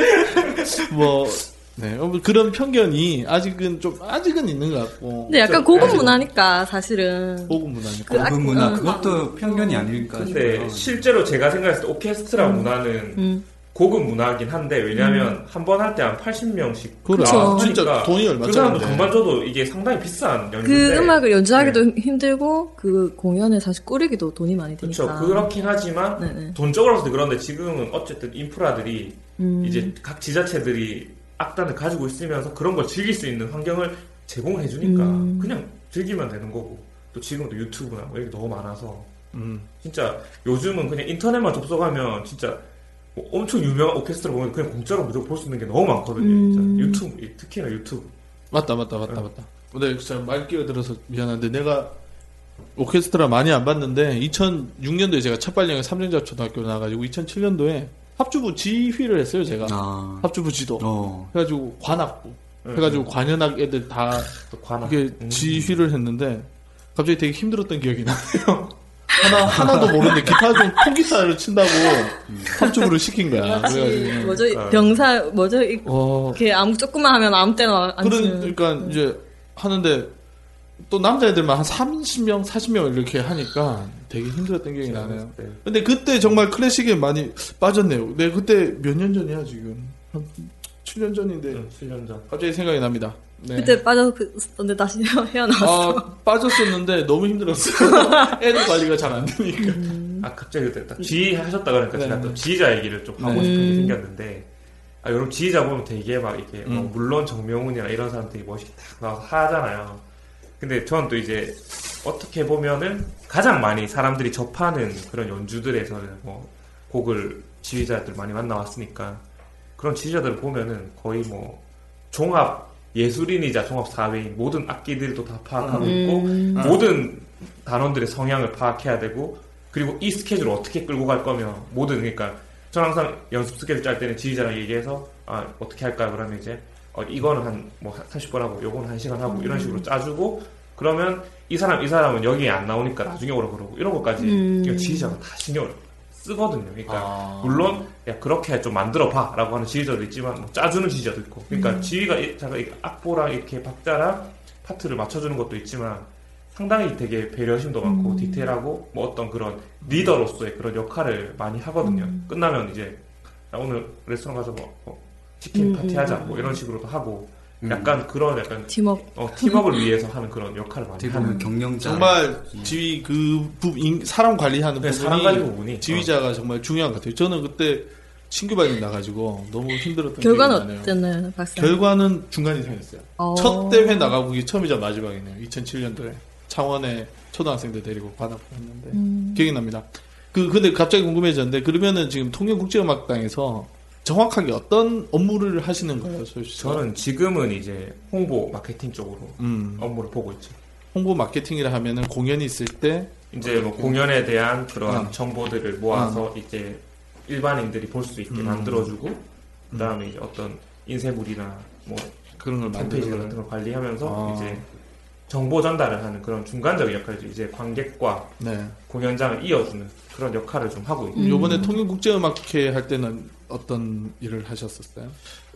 뭐 네, 어, 뭐 그런 편견이 아직은 좀 아직은 있는 것 같고. 근데 약간 좀 고급 아직은 문화니까 사실은. 고급 문화니까. 그 고급 악- 문화, 음. 그것도 편견이 아닐까 네. 근데 실제로 제가 생각했을 때 오케스트라 음. 문화는 음. 고급 문화긴 한데 왜냐하면 한 번 할 때 한 80명씩 그래, 아, 진짜 돈이 얼마 그 사람도 짜는데. 금반 줘도 이게 상당히 비싼 그 연주인데 음악을 연주하기도 네. 힘들고 그 공연에 사실 꾸리기도 돈이 많이 그렇죠. 드니까. 그렇긴 하지만 네, 돈적으로서도 그런데 지금은 어쨌든 인프라들이 음. 이제 각 지자체들이 악단을 가지고 있으면서 그런 걸 즐길 수 있는 환경을 제공해 주니까 음. 그냥 즐기면 되는 거고 또 지금 또 유튜브나 뭐 이런 게 너무 많아서 음. 진짜 요즘은 그냥 인터넷만 접속하면 진짜 뭐 엄청 유명한 오케스트라 보면 그냥 공짜로 무조건 볼 수 있는 게 너무 많거든요. 음. 진짜. 유튜브 이- 특히나 유튜브. 맞다 맞다 아, 맞다 맞다. 근데 진짜 네, 그 말 끼어들어서 미안한데 내가 오케스트라 많이 안 봤는데 2006년도에 제가 첫발령에 삼정자 초등학교 나와가지고 2007년도에 합주부 지휘를 했어요 제가 합주부 지도 해가지고 관악부 해가지고 관현악 애들 다 이게 지휘를 했는데 갑자기 되게 힘들었던 기억이 나네요 하나 하나도 모르는데 기타 좀 통기타를 친다고 음. 합주부를 시킨 거야 마치 아, 그래가지고 뭐죠 어. 병사 뭐죠 이- 어, 이렇게 아무 조금만 하면 음. 아무 때나 안 네. 그런, 치는. 그러니까 이제 하는데 또 남자애들만 한 30명, 40명 이렇게 하니까 되게 힘들었던 기억이 그렇죠. 나네요. 근데 그때 정말 클래식에 많이 빠졌네요. 네, 그때 몇 년 전이야, 지금. 한 7년 전인데. 7년 전. 갑자기 생각이 납니다. 네. 그때 빠져서 근데 다시 헤어나왔어. 아, 빠졌었는데 너무 힘들었어요. 애들 관리가 잘 안 되니까. 아 갑자기 그때 딱 지휘하셨다 그러니까 음. 네. 제가 또 지휘자 얘기를 좀 하고 네. 싶은 게 음. 생겼는데 아 여러분 지휘자 보면 되게 막 이렇게 뭐 음. 물론 정명훈이나 이런 사람들이 멋있게 딱 나와서 하잖아요. 근데 저는 또 이제 어떻게 보면은 가장 많이 사람들이 접하는 그런 연주들에서는 뭐 곡을 지휘자들 많이 만나왔으니까 그런 지휘자들을 보면은 거의 뭐 종합 예술인이자 종합 사회인 모든 악기들도 다 파악하고 있고 음. 모든 단원들의 성향을 파악해야 되고 그리고 이 스케줄을 어떻게 끌고 갈 거며 모든 그러니까 저는 항상 연습 스케줄 짤 때는 지휘자랑 얘기해서 아 어떻게 할까 그러면 이제 어, 이거는 한뭐 30분 하고 요거는 한시간 하고 이런 식으로 짜주고 그러면 이 사람 이 사람은 여기에 안 나오니까 나중에 오라 그러고 이런 것까지 음. 이거 지휘자가 다 신경을 쓰거든요. 그러니까 아, 물론 야 그렇게 좀 만들어 봐라고 하는 지휘자도 있지만 뭐 짜주는 지휘자도 음. 있고 그러니까 지휘가 이- 자가 이 악보랑 이렇게 박자랑 파트를 맞춰주는 것도 있지만 상당히 되게 배려심도 많고 음. 디테일하고 뭐 어떤 그런 리더로서의 그런 역할을 많이 하거든요. 음. 끝나면 이제 나 오늘 레스토랑 가서 뭐, 뭐 치킨 음, 파티 음, 하자 음. 뭐 이런 식으로도 하고 음. 약간 그런 약간 팀업 어, 팀업을 위해서 하는 그런 역할을 많이 어떻게 하는 보면 경영자. 음. 예. 정말 지휘 그 부, 인- 사람 관리하는 네, 부분이, 사람 관리 부분이. 지휘자가 정말 중요한 것 같아요. 저는 그때 신규발이 나가지고 너무 힘들었던 결과는 기억이 나네요. 어땠나요, 박사? 결과는 중간 이상이었어요. 어. 첫 대회 나가고 그게 처음이자 마지막이네요. 2007년도에 창원에 초등학생들 데리고 바다보고 했는데 음. 기억이 납니다. 그 근데 갑자기 궁금해졌는데 그러면은 지금 통영국제음악당에서 정확하게 어떤 업무를 하시는 거예요, 소유 씨? 저는 지금은 이제 홍보 마케팅 쪽으로 음. 업무를 보고 있죠. 홍보 마케팅이라 하면은 공연이 있을 때 이제 뭐 공연에 대한 그런 아. 정보들을 모아서 이제 일반인들이 볼 수 있게 음. 만들어주고 그다음에 이제 어떤 인쇄물이나 뭐 그런 걸 홈페이지 만들어주는. 같은 걸 관리하면서 아. 이제 정보 전달을 하는 그런 중간적인 역할이죠. 이제 관객과 네. 공연장을 이어주는 그런 역할을 좀 하고 있고 음. 요번에 통일국제음악회 할 때는 어떤 일을 하셨었어요?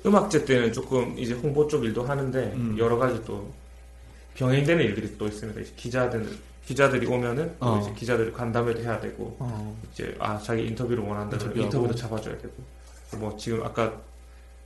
음악제 때는 조금 이제 홍보 쪽 일도 하는데 음. 여러 가지 또 병행되는 일들이 또 있습니다. 이제 기자들 기자들이 오면은 또 어. 이제 기자들 간담회도 해야 되고 어. 이제 아 자기 인터뷰를 원한다 그러면 인터뷰하고. 인터뷰도 잡아줘야 되고 뭐 지금 아까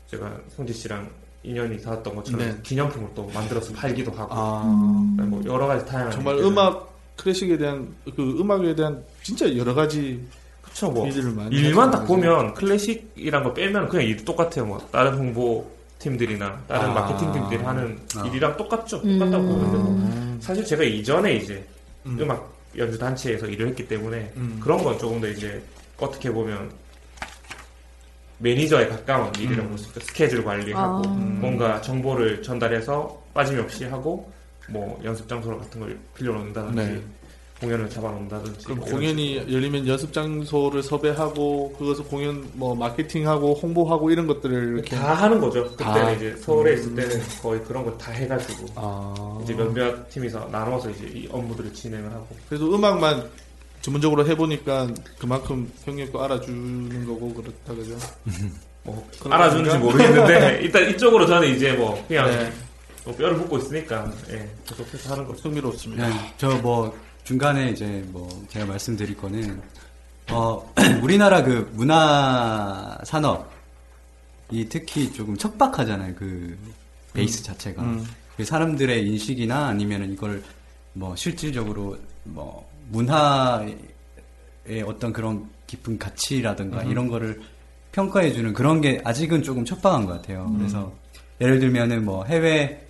제가 성지 씨랑 인연이 닿았던 것처럼 네. 기념품을 또 만들어서 팔기도 하고 아. 그다음에 뭐 여러 가지 다양한 정말 일들을 음악 클래식에 대한 그 음악에 대한 진짜 여러 가지 그쵸 뭐 일들을 많이 일만 딱 하잖아요. 보면 클래식이란 거 빼면 그냥 일이 똑같아요. 뭐 다른 홍보 팀들이나 다른 아. 마케팅 팀들이 하는 아. 음. 일이랑 똑같죠. 똑같다고 보는데 뭐 사실 제가 이전에 이제 음. 악 연주 단체에서 일을 했기 때문에 음. 그런 건 조금 더 이제 어떻게 보면 매니저에 가까운 일이라고 볼 수 있죠. 스케줄 관리하고 아. 음. 뭔가 정보를 전달해서 빠짐없이 하고 뭐 연습 장소 같은 걸 빌려놓는다든지 네. 공연을 잡아놓는다든지 그럼 이런 공연이 열리면 연습 장소를 섭외하고 그것을 공연 뭐 마케팅하고 홍보하고 이런 것들을 이렇게 다 하는 거죠. 그때는 다. 이제 서울에 있을 음. 때는 거의 그런 걸 다 해가지고 아. 이제 몇몇 팀이서 나눠서 이제 이 업무들을 진행을 하고 그래도 음악만 전문적으로 해보니까 그만큼 경력도 알아주는 거고 그렇다 그죠? 뭐 그런 알아주는지 건가? 모르겠는데 일단 이쪽으로 저는 이제 뭐 그냥 네. 뭐 뼈를 붓고 있으니까 예, 계속해서 하는 거죠. 흥미롭습니다. 저 뭐 중간에 이제 뭐 제가 말씀드릴 거는 어 우리나라 그 문화 산업이 특히 조금 척박하잖아요. 그 베이스 자체가 음. 그 사람들의 인식이나 아니면은 이걸 뭐 실질적으로 뭐 문화의 어떤 그런 깊은 가치라든가 음. 이런 거를 평가해 주는 그런 게 아직은 조금 척박한 것 같아요. 음. 그래서 예를 들면은 뭐 해외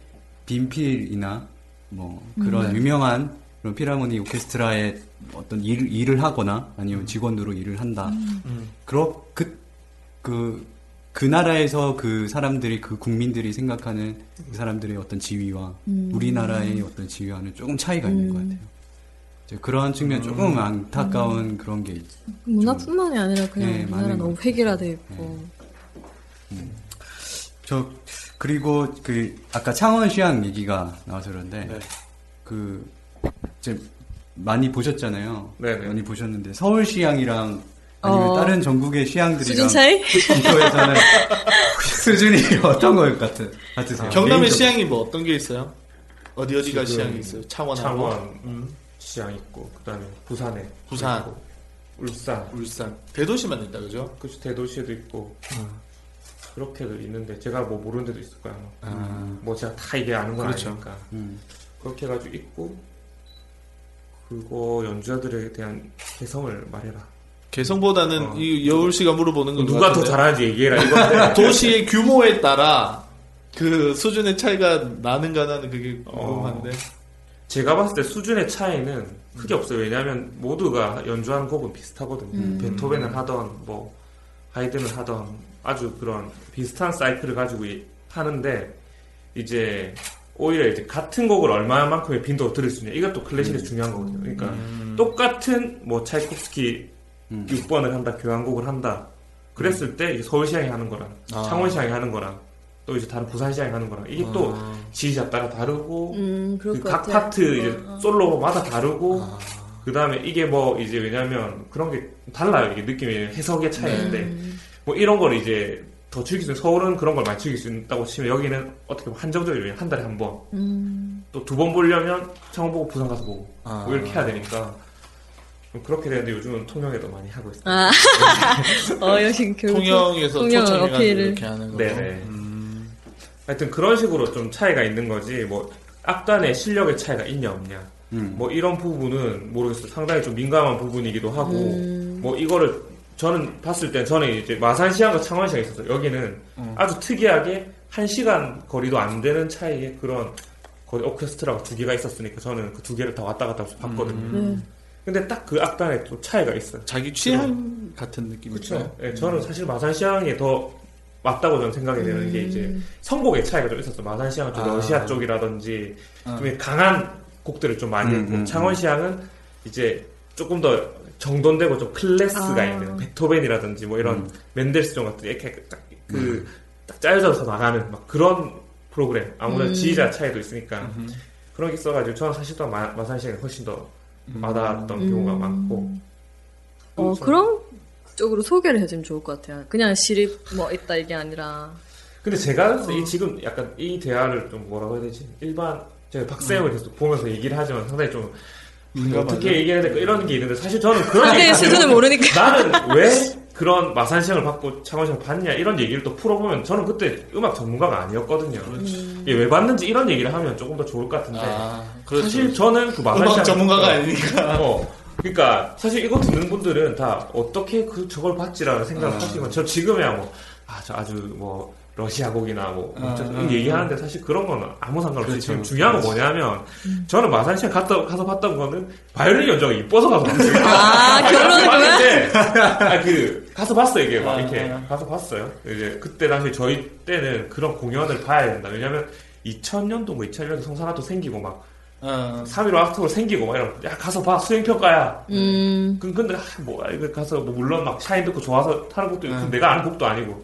빈필이나 뭐 그런 음. 유명한 그런 피라모니 오케스트라의 어떤 일, 일을 하거나 아니면 직원으로 일을 한다. 음. 그러 그, 그, 그 나라에서 그 사람들이 그 국민들이 생각하는 그 사람들의 어떤 지위와 음. 우리나라의 어떤 지위와는 조금 차이가 있는 것 같아요. 이제 그런 측면 조금 안타까운 그런 게 있죠. 문화뿐만이 아니라 네, 그냥 예, 우리나라 많은 너무 것 획일화돼 있고 저 그리고 그 아까 창원 시향 얘기가 나와서 그런데 네. 그 이제 많이 보셨잖아요. 네, 많이 보셨는데 서울 시향이랑 아니면 어. 다른 전국의 시향들이랑 수준 차이? 비교해서는 수준이 어떤 것 같은 같으세요? 아, 개인적으로. 경남의 시향이 뭐 어떤 게 있어요? 어디 어디가 지금 시향이 있어요? 창원하고 창원 음. 시향 있고 그다음에 부산에 부산. 있고, 울산 울산 대도시만 있다 그죠? 음. 그렇죠 대도시에도 있고 그렇게도 있는데 제가 뭐 모르는 데도 있을 거야. 아마. 아. 뭐 제가 다 이게 아는 건 그렇죠. 아니니까 음. 그렇게 해가지고 있고 그거 연주자들에 대한 개성을 말해라. 개성보다는 이 여울 씨가 물어보는 건 어. 누가 더 잘하는지 얘기해라, 이건데. 도시의 규모에 따라 그 수준의 차이가 나는가 나는 그게 어. 궁금한데. 제가 봤을 때 수준의 차이는 크게 없어요. 왜냐하면 모두가 연주하는 곡은 비슷하거든요. 음. 베토벤을 하던 뭐 하이든을 하던 아주 그런 비슷한 사이클을 가지고 이- 하는데 이제 오히려 이제 같은 곡을 얼마만큼의 빈도로 들을 수 있냐 이것도 클래식에 음. 서 중요한 거거든요. 그러니까 똑같은 뭐 차이콥스키 음. 6번을 한다, 교향곡을 한다. 그랬을 때 이제 서울시향이 하는 거랑 아. 창원시향이 하는 거랑 또 이제 다른 부산시향이 하는 거랑 이게 또 아. 지휘자 따라 다르고 음, 그럴 그 것 각 같아요. 파트 이제 어, 아. 어. 솔로마다 다르고 그 다음에 이게 뭐 이제 왜냐면 그런 게 달라요 이게 느낌이 해석의 차이인데 음. 뭐 이런 걸 이제 더 즐길 수 있는 서울은 그런 걸 많이 즐길 수 있다고 치면 여기는 어떻게 보면 한정적이에요 한 달에 한번 음. 또 두 번 보려면 창원 보고 부산 가서 보고 아. 뭐 이렇게 해야 되니까 그렇게 되는데 요즘은 통영에도 많이 하고 있어요. 아. 어, 역시 결국 통영에서 통영 초창기가 어필을. 이렇게 하는 거죠. 네네. 음. 하여튼 그런 식으로 좀 차이가 있는 거지 뭐 악단의 실력의 차이가 있냐 없냐 음. 뭐 이런 부분은 모르겠어요. 상당히 좀 민감한 부분이기도 하고 뭐 이거를 저는 봤을 때 저는 이제 마산 시향과 창원 시향이 있어서 여기는 음. 아주 특이하게 한 시간 거리도 안 되는 차이에 그런 거의 오케스트라가 두 개가 있었으니까 저는 그 두 개를 다 왔다 갔다 하면서 봤거든요. 음. 근데 딱 그 악단에 또 차이가 있어요. 음. 자기 취향 같은 느낌이죠. 음. 그렇죠. 예, 저는 사실 마산 시향이 더 맞다고 저는 생각이 되는 게 이제 선곡의 차이가 좀 있었어. 마산 시향은 좀 음. 아. 러시아 쪽이라든지 아. 좀 강한 곡들을 좀 많이 음, 했고 음, 창원 시향은 이제 조금 더 정돈되고 좀 클래스가 아. 있는 베토벤이라든지 뭐 음. 이런 맨델스존 같은 이렇게 딱 그 딱 짜여져서 나가는 막 그런 프로그램 아무래도 음. 지휘자 차이도 있으니까 그런 게 있어가지고 저는 사실 또 마, 마산 시향이 훨씬 더 음. 와닿았던 경우가 많고 어, 그런 쪽으로 소개를 해주면 좋을 것 같아요. 그냥 시립 뭐 있다 이게 아니라. 근데 제가 이 지금 약간 이 대화를 좀 뭐라고 해야 되지? 일반 제가 박쌤을 계속 보면서 얘기를 하지만 상당히 좀 음. 민감하죠? 어떻게 얘기해야 될까 이런 게 있는데 사실 저는 그런 그때의 얘기 자체를 수준을 아, 네, 모르니까. 나는 왜 그런 마산 시험을 받고 창원 시험을 받냐 이런 얘기를 또 풀어보면 저는 그때 음악 전문가가 아니었거든요. 이게 왜 받는지 이런 얘기를 하면 조금 더 좋을 것 같은데 그렇죠. 사실 저는 그 마산 음악 시험 전문가가 어, 아니니까. 어, 그러니까 사실 이거 듣는 분들은 다 어떻게 그 저걸 받지라는 생각을 아. 하시면 저 지금이야 뭐 아, 저 아주 뭐 러시아 곡이나 뭐 아, 어쨌든 아, 얘기하는데 사실 그런 건 아무 상관없이 그렇죠. 지금 중요한 건 그렇죠. 뭐냐면 저는 마산 시장 갔다 가서 봤던 거는 바이올린 연주가 이뻐서 가서 봤어요. 아 결론은 아그 가서 봤어요 이게 막 아, 이렇게 가서 봤어요. 이제 그때 당시 저희 때는 그런 공연을 봐야 된다. 왜냐면 2000년도 뭐 2001년도 성산화도 생기고 막 3.15 아스토로 생기고 막 이런 야 가서 봐 수행평가야 음. 그- 근데 아, 뭐 아, 이거 가서 뭐 물론 막 샤인 듣고 좋아서 타는 것도 있고 내가 아는 곡도 아니고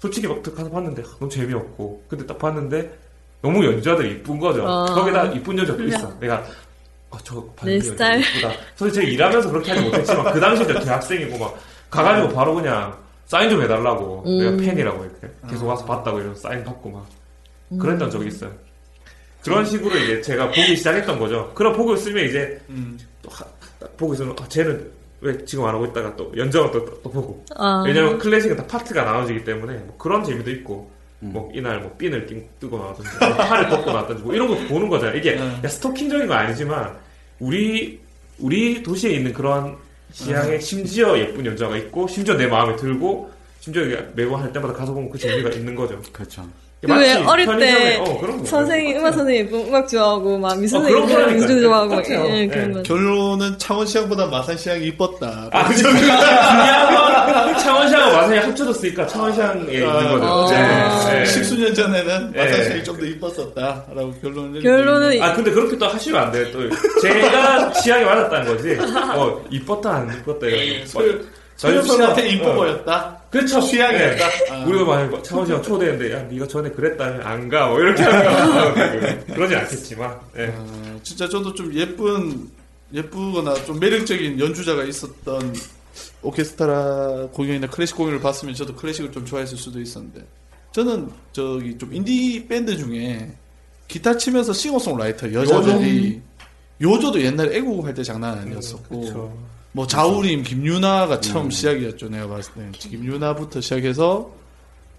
솔직히 막 가서 봤는데 아, 너무 재미없고 근데 딱 봤는데 너무 연주자들이 이쁜 거죠 어. 거기다 이쁜 연주자도 있어 야. 내가 아, 저거 내 봤는데 스타일. 이쁘다 사실 제가 일하면서 그렇게 하지 못했지만 그 당시에 제가 대학생이고 막 가가지고 바로 그냥 사인 좀 해달라고 음. 내가 팬이라고 이렇게 계속 와서 봤다고 이런 사인 받고 막 음. 그랬던 적이 있어요 그런 식으로 이제 제가 보기 시작했던 거죠 그럼 보고 있으면 이제 음. 딱 보고 있으면 아, 쟤는 왜 지금 안 하고 있다가 또 연장을 또, 또, 또 보고 아. 왜냐면 클래식은 다 파트가 나눠지기 때문에 뭐 그런 재미도 있고 음. 뭐 이날 뭐 핀을 낀- 뜨고 나왔든지 뭐 팔을 벗고 나왔든지 뭐 이런 거 보는 거잖아요 이게 음. 야, 스토킹적인 건 아니지만 우리 우리 도시에 있는 그런 시향에 음. 심지어 예쁜 연주가 있고 심지어 내 마음에 들고 심지어 이게 매번 할 때마다 가서 보면 그 재미가 있는 거죠 그렇죠 왜 어릴 때 어, 그런 거 네. 선생님 음악 선생님 뭐 음악 좋아하고 막 미술 어, 선생님 그런 미술 거라니까요. 좋아하고 그렇죠. 똑같아요. 막 예, 예. 그런 거. 결론은 창원 시향보다 마산 시향이 이뻤다. 아, 그죠. 중요한 건 창원시하고 마산이 합쳐졌으니까 창원시향에 있는 거죠. 아. 네. 네. 아, 십수 년 전에는 예. 마산 시향이 좀 더 이뻤었다라고 결론을 내리고 있는 아 근데 그렇게 또 하시면 안 돼요. 또 제가 취향이 맞았다는 거지. 어 이뻤다 안 이뻤다 이거. 어, 소유- 소유선한테 이뻐 보였다? 그렇죠. 취향이었다? 아. 우리가 만약 창원시가 초대했는데 야 네가 전에 그랬다면 안 가. 뭐 이렇게 하면 그러니까 그러지 않겠지만. 예. 아, 진짜 저도 좀 예쁜 예쁘거나 좀 매력적인 연주자가 있었던 오케스트라 공연이나 클래식 공연을 봤으면 저도 클래식을 좀 좋아했을 수도 있었는데 저는 저기 좀 인디 밴드 중에 기타 치면서 싱어송라이터 여자들이 요조? 도 옛날에 애국 할 때 장난 아니었었고 뭐 자우림 그렇죠. 김유나가 처음 시작이었죠 내가 봤을 때 김유나부터 시작해서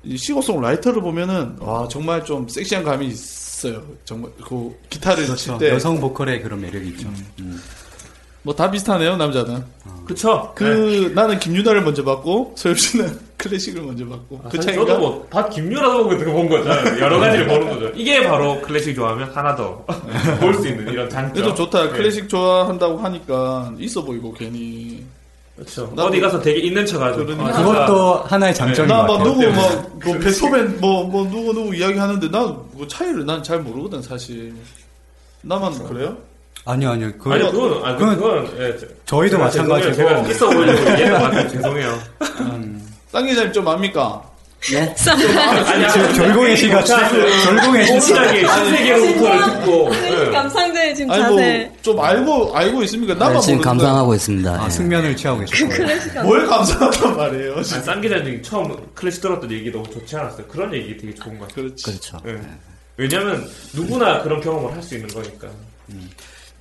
이 싱어송라이터를 보면은 와 정말 좀 섹시한 감이 있어요 정말 그 기타를 그렇죠. 칠때 여성 보컬의 그런 매력이 있죠 음. 뭐 다 비슷하네요 남자는. 어. 그쵸. 네. 그 나는 김유나를 먼저 봤고 서엽 씨는 클래식을 먼저 봤고 그 사실 차이가. 저도 뭐, 밭 김유라도 보고 들어본 거죠. 여러 가지를 보는 거죠. 이게 바로 클래식 좋아하면 하나 더 볼 수 있는 이런 장점. 그래도 좋다. 네. 클래식 좋아한다고 하니까 있어 보이고 괜히. 그러니까. 그렇죠. 어디 가서 되게 있는 척하죠. 아, 네. 그것도 하나의 장점인 것 나막 같아요 누구 막뭐 베토벤 뭐 뭐 누구 누구 이야기 하는데 난그 차이를 난 잘 모르거든 사실. 나만 그래요 아니요 아니요 그, 그렇죠. 아니, 그건, 아, 그건, 예, 저- 저희도 제가 마찬가지고. 죄송해요. 제가 있어 보이려고 얘기하는 것 같아요. 죄송해요. 땅 기자님 음. 좀 압니까? 네. 아니, 그 지금 결공의 시가 결공의 시가 신기하게 신세계로부터를 진짜? 듣고. 네. 예. 선생님 감상대 지금 자세. 뭐좀 알고 알고 있습니까? 나만 네, 지금 모르는 감상하고 있습니다. 예. 아, 숙면을 취하고 그 클래식 감상. 뭘 감상하단 말이에요. 아, 쌈 기자님 처음 클래식 들었던 얘기 너무 좋지 않았어요? 그런 얘기 되게 좋은 것 같아요. 그렇지. 그렇죠. 예. 왜냐면 누구나 그런 경험을 할 수 있는 거니까. 음.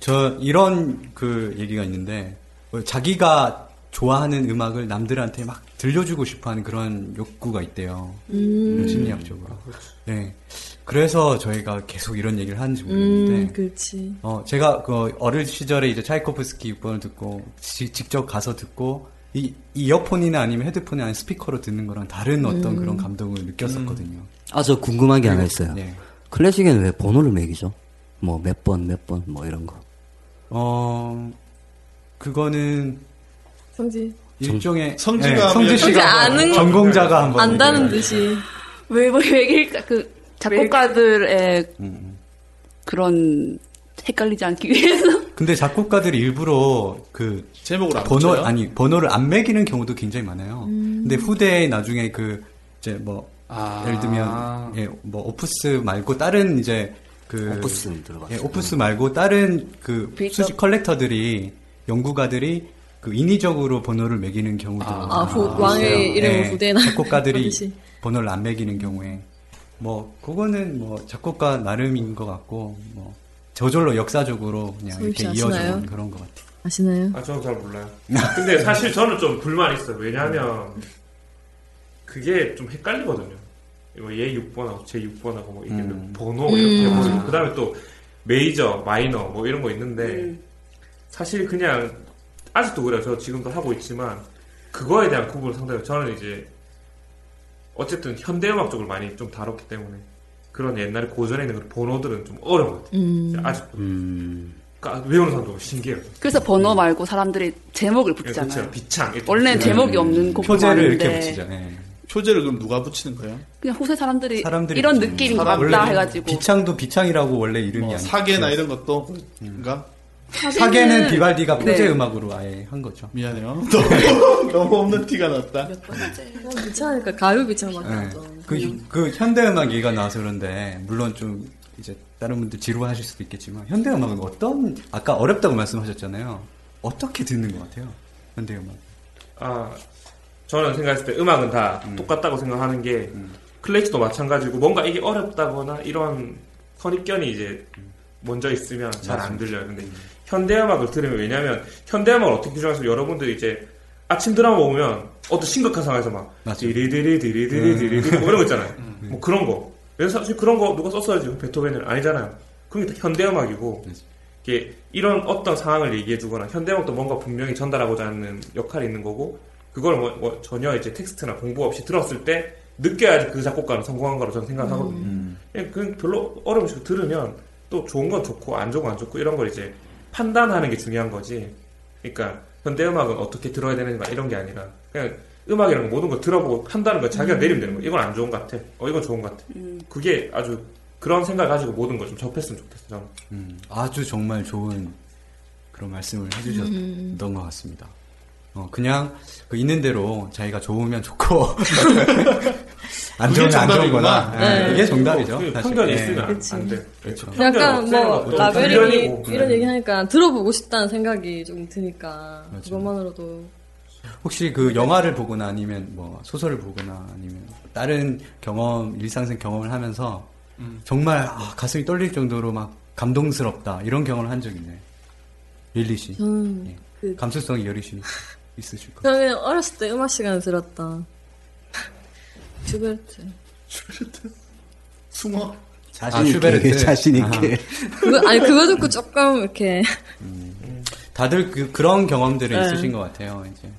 저 이런 그 얘기가 있는데 어, 자기가 좋아하는 음악을 남들한테 막 들려주고 싶어하는 그런 욕구가 있대요. 음. 심리학적으로. 네. 그래서 저희가 계속 이런 얘기를 음, 하는지 모르겠는데 네. 그렇지. 어, 제가 그 어릴 시절에 이제 차이코프스키 6번을 듣고 지- 직접 가서 듣고 이 이 이어폰이나 아니면 헤드폰이 아닌 스피커로 듣는 거랑 다른 어떤 음. 그런 감동을 느꼈었거든요. 아, 저 궁금한 게 하나 있어요. 네. 클래식에는 왜 번호를 매기죠? 뭐, 몇 번, 몇 번, 뭐, 이런 거. 어 그거는 성지. 일종의 성지가 네, 하면- 성지 성지 씨가 아는- 한번, 전공자가 한번 안다는 얘기해요. 듯이. 왜, 뭐, 왜 얘기할까? 그, 작곡가들의 음, 그런 헷갈리지 않기 위해서. 근데 작곡가들이 일부러 그 제목을 안 번호 붙여요? 아니 번호를 안 매기는 경우도 굉장히 많아요. 음. 근데 후대에 나중에 그 이제 뭐 아. 예를 들면 예, 뭐 오프스 말고 다른 이제 그 오프스는 들어봤어요. 예, 오프스 말고 다른 그 수집 컬렉터들이 연구가들이 그 인위적으로 번호를 매기는 경우도 아, 후- 왕의 있어요. 이름을 예, 후대에 나- 작곡가들이 그러듯이. 번호를 안 매기는 경우에 뭐 그거는 뭐 작곡가 나름인 것 같고 뭐 저절로 역사적으로 그냥 소유씨 이렇게 아시나요? 이어져온 그런 것 같아요. 아시나요? 아, 저는 잘 몰라요. 근데 사실 저는 좀 불만이 있어요. 왜냐하면 그게 좀 헷갈리거든요. 이거 얘 6번하고 제 6번하고 뭐 이게 번호 이렇게 음. 해보고 그다음에 또 메이저, 마이너 뭐 이런 거 있는데 음. 사실 그냥 아직도 그래요. 저 지금도 하고 있지만 그거에 대한 구분을 상당히 저는 이제 어쨌든 현대 음악 쪽을 많이 좀 다뤘기 때문에 그런 옛날에 고전에 있는 그런 번호들은 좀 어려운 것 같아요. 음. 아직도 그러니까 외우는 사람도 신기해요. 그래서 번호 말고 사람들이 제목을 예, 그렇죠. 그쵸. 붙이잖아요. 비창. 이렇게 음. 원래는 붙이잖아요. 제목이 없는 곡도 많은데 표제를 네. 그럼 누가 붙이는 거예요? 그냥 호세 사람들이, 네. 사람들이 이런 붙이는 느낌인 것 거죠. 같다 원래는 해가지고. 비창도 비창이라고 원래 이름이 아니고 뭐 사계나 이런 것도 그가 사계는 비발디가 네. 표제 음악으로 아예 한 거죠. 네. 미안해요. 너무, 너무 없는 티가 났다. 어, 귀찮으니까 가요 비창 막. 네. 그, 그 현대음악 얘기가 나와서 그런데 물론 좀 이제 다른 분들 지루하실 수도 있겠지만 현대음악은 어떤 아까 어렵다고 말씀하셨잖아요. 어떻게 듣는 것 같아요? 현대음악. 아, 저는 생각했을 때 음악은 다 똑같다고 생각하는 게 음. 클래식도 마찬가지고 뭔가 이게 어렵다거나 이런 선입견이 이제 먼저 있으면 잘 안 음. 맞습니다. 음. 들려요. 근데 현대음악을 들으면 왜냐면 현대음악을 어떻게 규정해서 여러분들이 이제 아침 드라마 보면 어떤 심각한 상황에서 막 디리디리디리디리디리 음. 뭐 이런 거 있잖아요. 음. 뭐 그런 거. 그래서 사실 그런 거 누가 썼어요 지금 베토벤을 아니잖아요. 그게 다 현대음악이고 이게 이런 어떤 상황을 얘기해주거나 현대음악도 뭔가 분명히 전달하고자 하는 역할이 있는 거고 그걸 뭐, 뭐 전혀 이제 텍스트나 공부 없이 들었을 때 느껴야지 그 작곡가는 성공한 거라고 저는 생각하거든요. 예, 그건 별로 어려움이 없고 들으면 또 좋은 건 좋고 안 좋은 건 안 좋고 이런 걸 이제 판단하는 게 중요한 거지. 그러니까 현대음악은 어떻게 들어야 되는지 막 이런 게 아니라 그냥 음악이라는 거 모든 걸 들어보고 판단하는 거 자기가 내리면 되는 거. 이건 안 좋은 것 같아. 어 이건 좋은 것 같아. 그게 아주 그런 생각 을 가지고 모든 걸 좀 접했으면 좋겠어. 저는. 음, 아주 정말 좋은 그런 말씀을 해주셨던 것 같습니다. 어, 그냥 그 있는 대로 자기가 좋으면 좋고 안 좋으면 그게 안 좋은 정답이구나. 거나 네, 네. 이게 정답이죠. 그 사실. 편견이 네. 있으면 안 그치. 돼. 그렇죠. 약간 뭐 없애는 것도 라벨이 편견이고. 이런 네. 얘기 하니까 들어보고 싶다는 생각이 좀 드니까 그것만으로도 혹시 그 영화를 보거나 아니면 뭐 소설을 보거나 아니면 다른 경험 일상생 경험을 하면서 음. 정말 아, 가슴이 떨릴 정도로 막 감동스럽다 이런 경험을 한 적 있나요? 릴리 예. 씨 저는 그 감수성이 열리시니 있으실 거. 저는 어렸을 때 음악 시간에 들었던 슈베르트. 숭어. 아, 슈베르트. 그거 아니 그거 듣고 조금 이렇게 다들 그, 런 경험들이 네. 있으신 것 같아요. 이제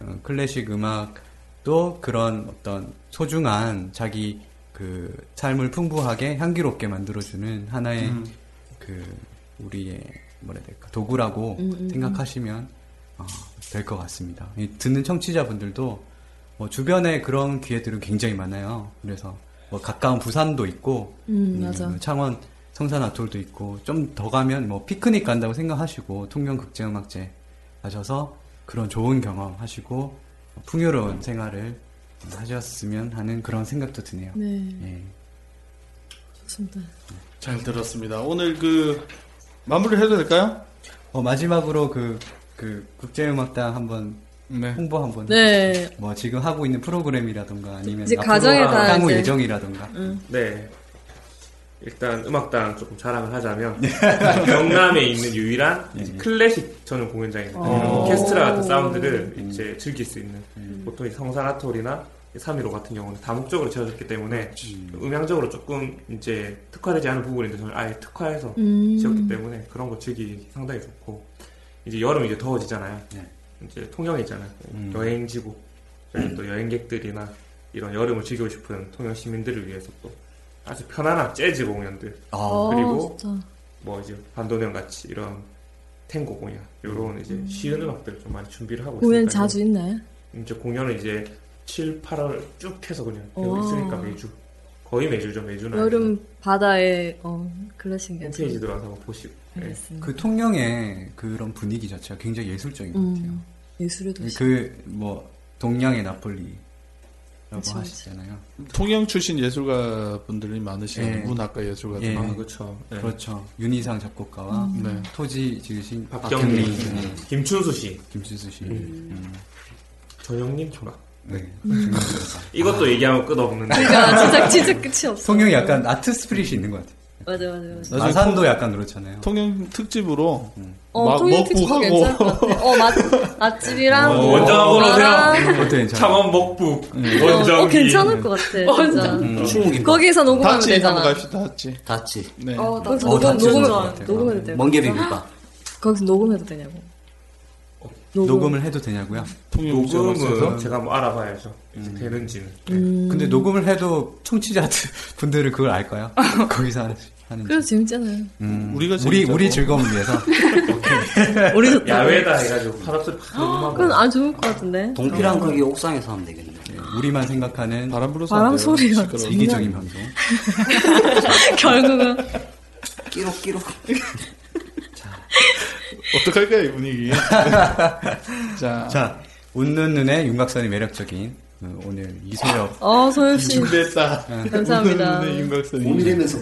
어, 클래식 음악도 그런 어떤 소중한 자기 그 삶을 풍부하게 향기롭게 만들어주는 하나의 음. 그 우리의 뭐라 해야 될까 도구라고 음, 음, 생각하시면 어, 될 것 같습니다. 이 듣는 청취자분들도 뭐 주변에 그런 기회들은 굉장히 많아요. 그래서 뭐 가까운 부산도 있고 음, 아니면 맞아. 뭐 창원 성산아톨도 있고 좀 더 가면 뭐 피크닉 간다고 생각하시고 통영국제음악제 가셔서 그런 좋은 경험 하시고 풍요로운 생활을 하셨으면 하는 그런 생각도 드네요. 네. 예. 좋습니다. 잘 들었습니다. 오늘 그 마무리를 해도 될까요? 어, 마지막으로 그, 그 국제음악당 한번 홍보 한번 네. 해주세요. 뭐 지금 하고 있는 프로그램이라든가 아니면 이제 음. 앞으로 가정에 다 향후 이제- 예정이라든가 음. 네. 일단 음악당 조금 자랑을 하자면 경남에 있는 유일한 이제 클래식 전용 공연장입니다. 오. 이런 오케스트라 같은 음. 사운드를 음. 이제 즐길 수 있는 보통 이 성산아토리나 3.15 같은 경우는 다목적으로 지어졌기 때문에 음향적으로 조금 이제 특화되지 않은 부분인데 저는 아예 특화해서 음. 지었기 때문에 그런 거 즐기기 상당히 좋고 이제 여름 이제 더워지잖아요. 네. 이제 통영이잖아요. 음. 여행지고 저희 또 여행객들이나 이런 여름을 즐기고 싶은 통영 시민들을 위해서 또 아주 편안한 재즈 공연들 아. 그리고 어, 진짜. 뭐 이제 반도령 같이 이런 탱고 공연 이런 이제 쉬운 음악들을 좀 많이 준비를 하고 공연 있으니까요. 자주 있나요? 이제 공연은 이제 7, 8월 쭉 해서 그냥 계속 와. 있으니까 매주 거의 매주죠 매주나 어. 여름 바다에 어, 클래식 연주. 홈페이지 들어가서 한번 보시고 네. 그 통영의 그런 분위기 자체가 굉장히 예술적인 것 음, 예술의 그 도시. 그뭐 동양의 나폴리라고 그쵸, 하시잖아요. 통영 출신 예술가 분들이 많으시는 예. 문학가 예술가들. 예. 그렇죠. 그렇죠. 윤희상 작곡가와 음. 네. 토지 지으신 박경리, 박경리, 네. 김춘수 씨, 김춘수 음. 씨, 음. 전영님 조각. 네. 이것도 얘기하면 끝없는데. 그러니까 진짜 진짜 끝이 없어. 성형이 약간 아트 스프릿이 있는 것 같아요. 맞아 맞아 맞아. 마산도 약간 그렇잖아요. 음. 통영 특집으로 어, 통일 특집도 괜찮을 것 같아. 어, 맛, 맛집이랑. 어, 뭐 원정하고 바랑. 오세요. 그것도 괜찮아요. 창원 먹북 음. 어, 원정기. 어, 괜찮을 것 같아. 진짜. 음. 뭐 거기서 녹음하면 다치 되잖아. 한번 갑시다. 다치. 다치. 네. 어, 나 녹음, 녹음, 녹음해도 돼. 멍게 비빔밥. 거기서 녹음해도 되냐고. 녹음. 녹음을 해도 되냐고요? 녹음은 음. 없어서? 제가 한번 알아봐야죠. 이제 되는지는. 근데 녹음을 해도 청취자 분들은 그걸 알까요? 거기서 하는- 하는. 그래서 재밌잖아요. 음, 우리가 우리 재밌다고? 우리 즐거움을 위해서 우리 좋다. 야외다 해가지고 파랍스 팍 녹음하고. 그건 안 좋을 것 같은데. 어. 동피랑 거기 옥상에서 하면 되겠네. 우리만 생각하는 바람 불어 바람 소리가 장난 이기적인 방송. 결국은. 끼룩끼룩. 어떡할까요 이 분위기? 자. 자, 웃는 눈에 윤곽선이 매력적인 어, 오늘 이소엽. 어, 어, 소유씨. 준비했다. 감사합니다. 네, 봄이 되면서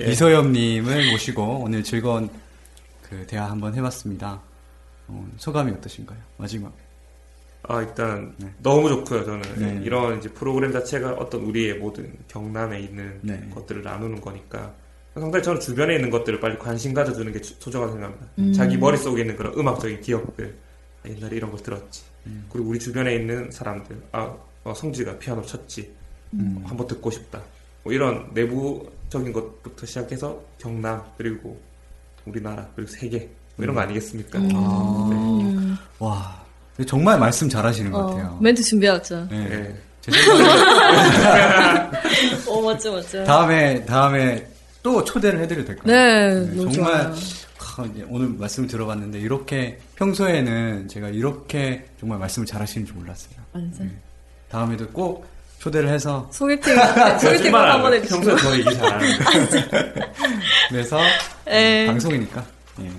이소엽님을 모시고 오늘 즐거운 그 대화 한번 해봤습니다. 어, 소감이 어떠신가요? 마지막. 아 일단 너무 좋고요 저는 네. 이런 이제 프로그램 자체가 어떤 우리의 모든 경남에 있는 네. 것들을 나누는 거니까 상당히 저는 주변에 있는 것들을 빨리 관심 가져주는 게 소- 소중하다고 생각합니다 음. 자기 머릿속에 있는 그런 음악적인 기억들 아, 옛날에 이런 걸 들었지 네. 그리고 우리 주변에 있는 사람들 아 어, 성지가 피아노 쳤지 음. 어, 한번 듣고 싶다 뭐 이런 내부적인 것부터 시작해서 경남 그리고 우리나라 그리고 세계 뭐 이런 거 음. 아니겠습니까 아, 와, 정말 말씀 잘하시는 것 어, 같아요. 멘트 준비해왔죠. 네. 제 어, 맞죠, 맞죠. 다음에 다음에 또 초대를 해드려도 될까요? 네, 너무 정말 좋아요. 하, 이제 오늘 말씀을 들어봤는데 이렇게 평소에는 제가 이렇게 정말 말씀을 잘하시는 줄 몰랐어요. 네. 맞아. 다음에도 꼭 초대를 해서 네, 소개팅, 소개팅 거짓말 안 한번 해요. 해주시고. 평소에 저 얘기 잘 안 해요. 아, 진짜. 네. 그래서 에. 방송이니까 예.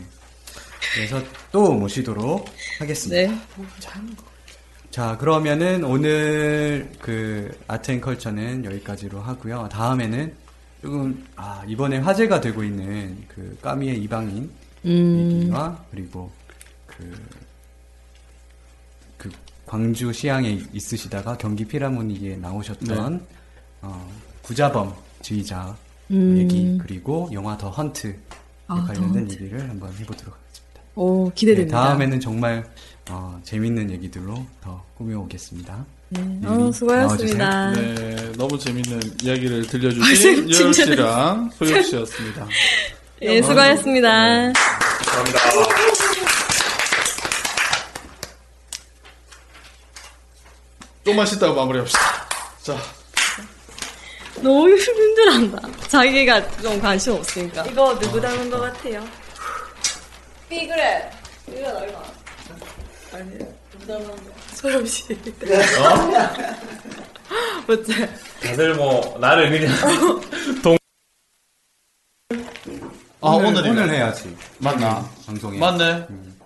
그래서 또 모시도록 하겠습니다. 네. 자, 그러면은 오늘 그 아트 앤 컬처는 여기까지로 하고요. 다음에는 조금, 아, 이번에 화제가 되고 있는 그 까미의 이방인 음. 얘기와 아, 그리고 그, 그 광주 시향에 있으시다가 경기 피라모니에 나오셨던 어, 구자범 지휘자 네. 음. 얘기 그리고 영화 더 헌트에 아, 더 관련된 헌트. 얘기를 한번 해보도록 하겠습니다. 오, 네, 기대됩니다. 다음에는 정말 어, 재밌는 얘기들로 더 꾸며오겠습니다. 네. 네, 어, 수고하셨습니다. 나와주세요. 네, 너무 재밌는 이야기를 아, 들려주신 지금 유열 칭찬해. 씨랑 소엽 씨였습니다. 아, 예, 네. 수고하셨습니다. 감사합니다. 또 맛있다고 마무리합시다. 자, 너무 힘들한다. 자기가 좀 관심 없으니까. 이거 누구 닮은 것 같아요? 삐그레. 삐그레 넓어. 아니, 누구 닮은 거. 소름씨. 맞지? 다들 뭐 나를 그냥 어. 동 아, 오늘, 오늘, 해야지. 맞나? 음, 방송에. 맞네. 음.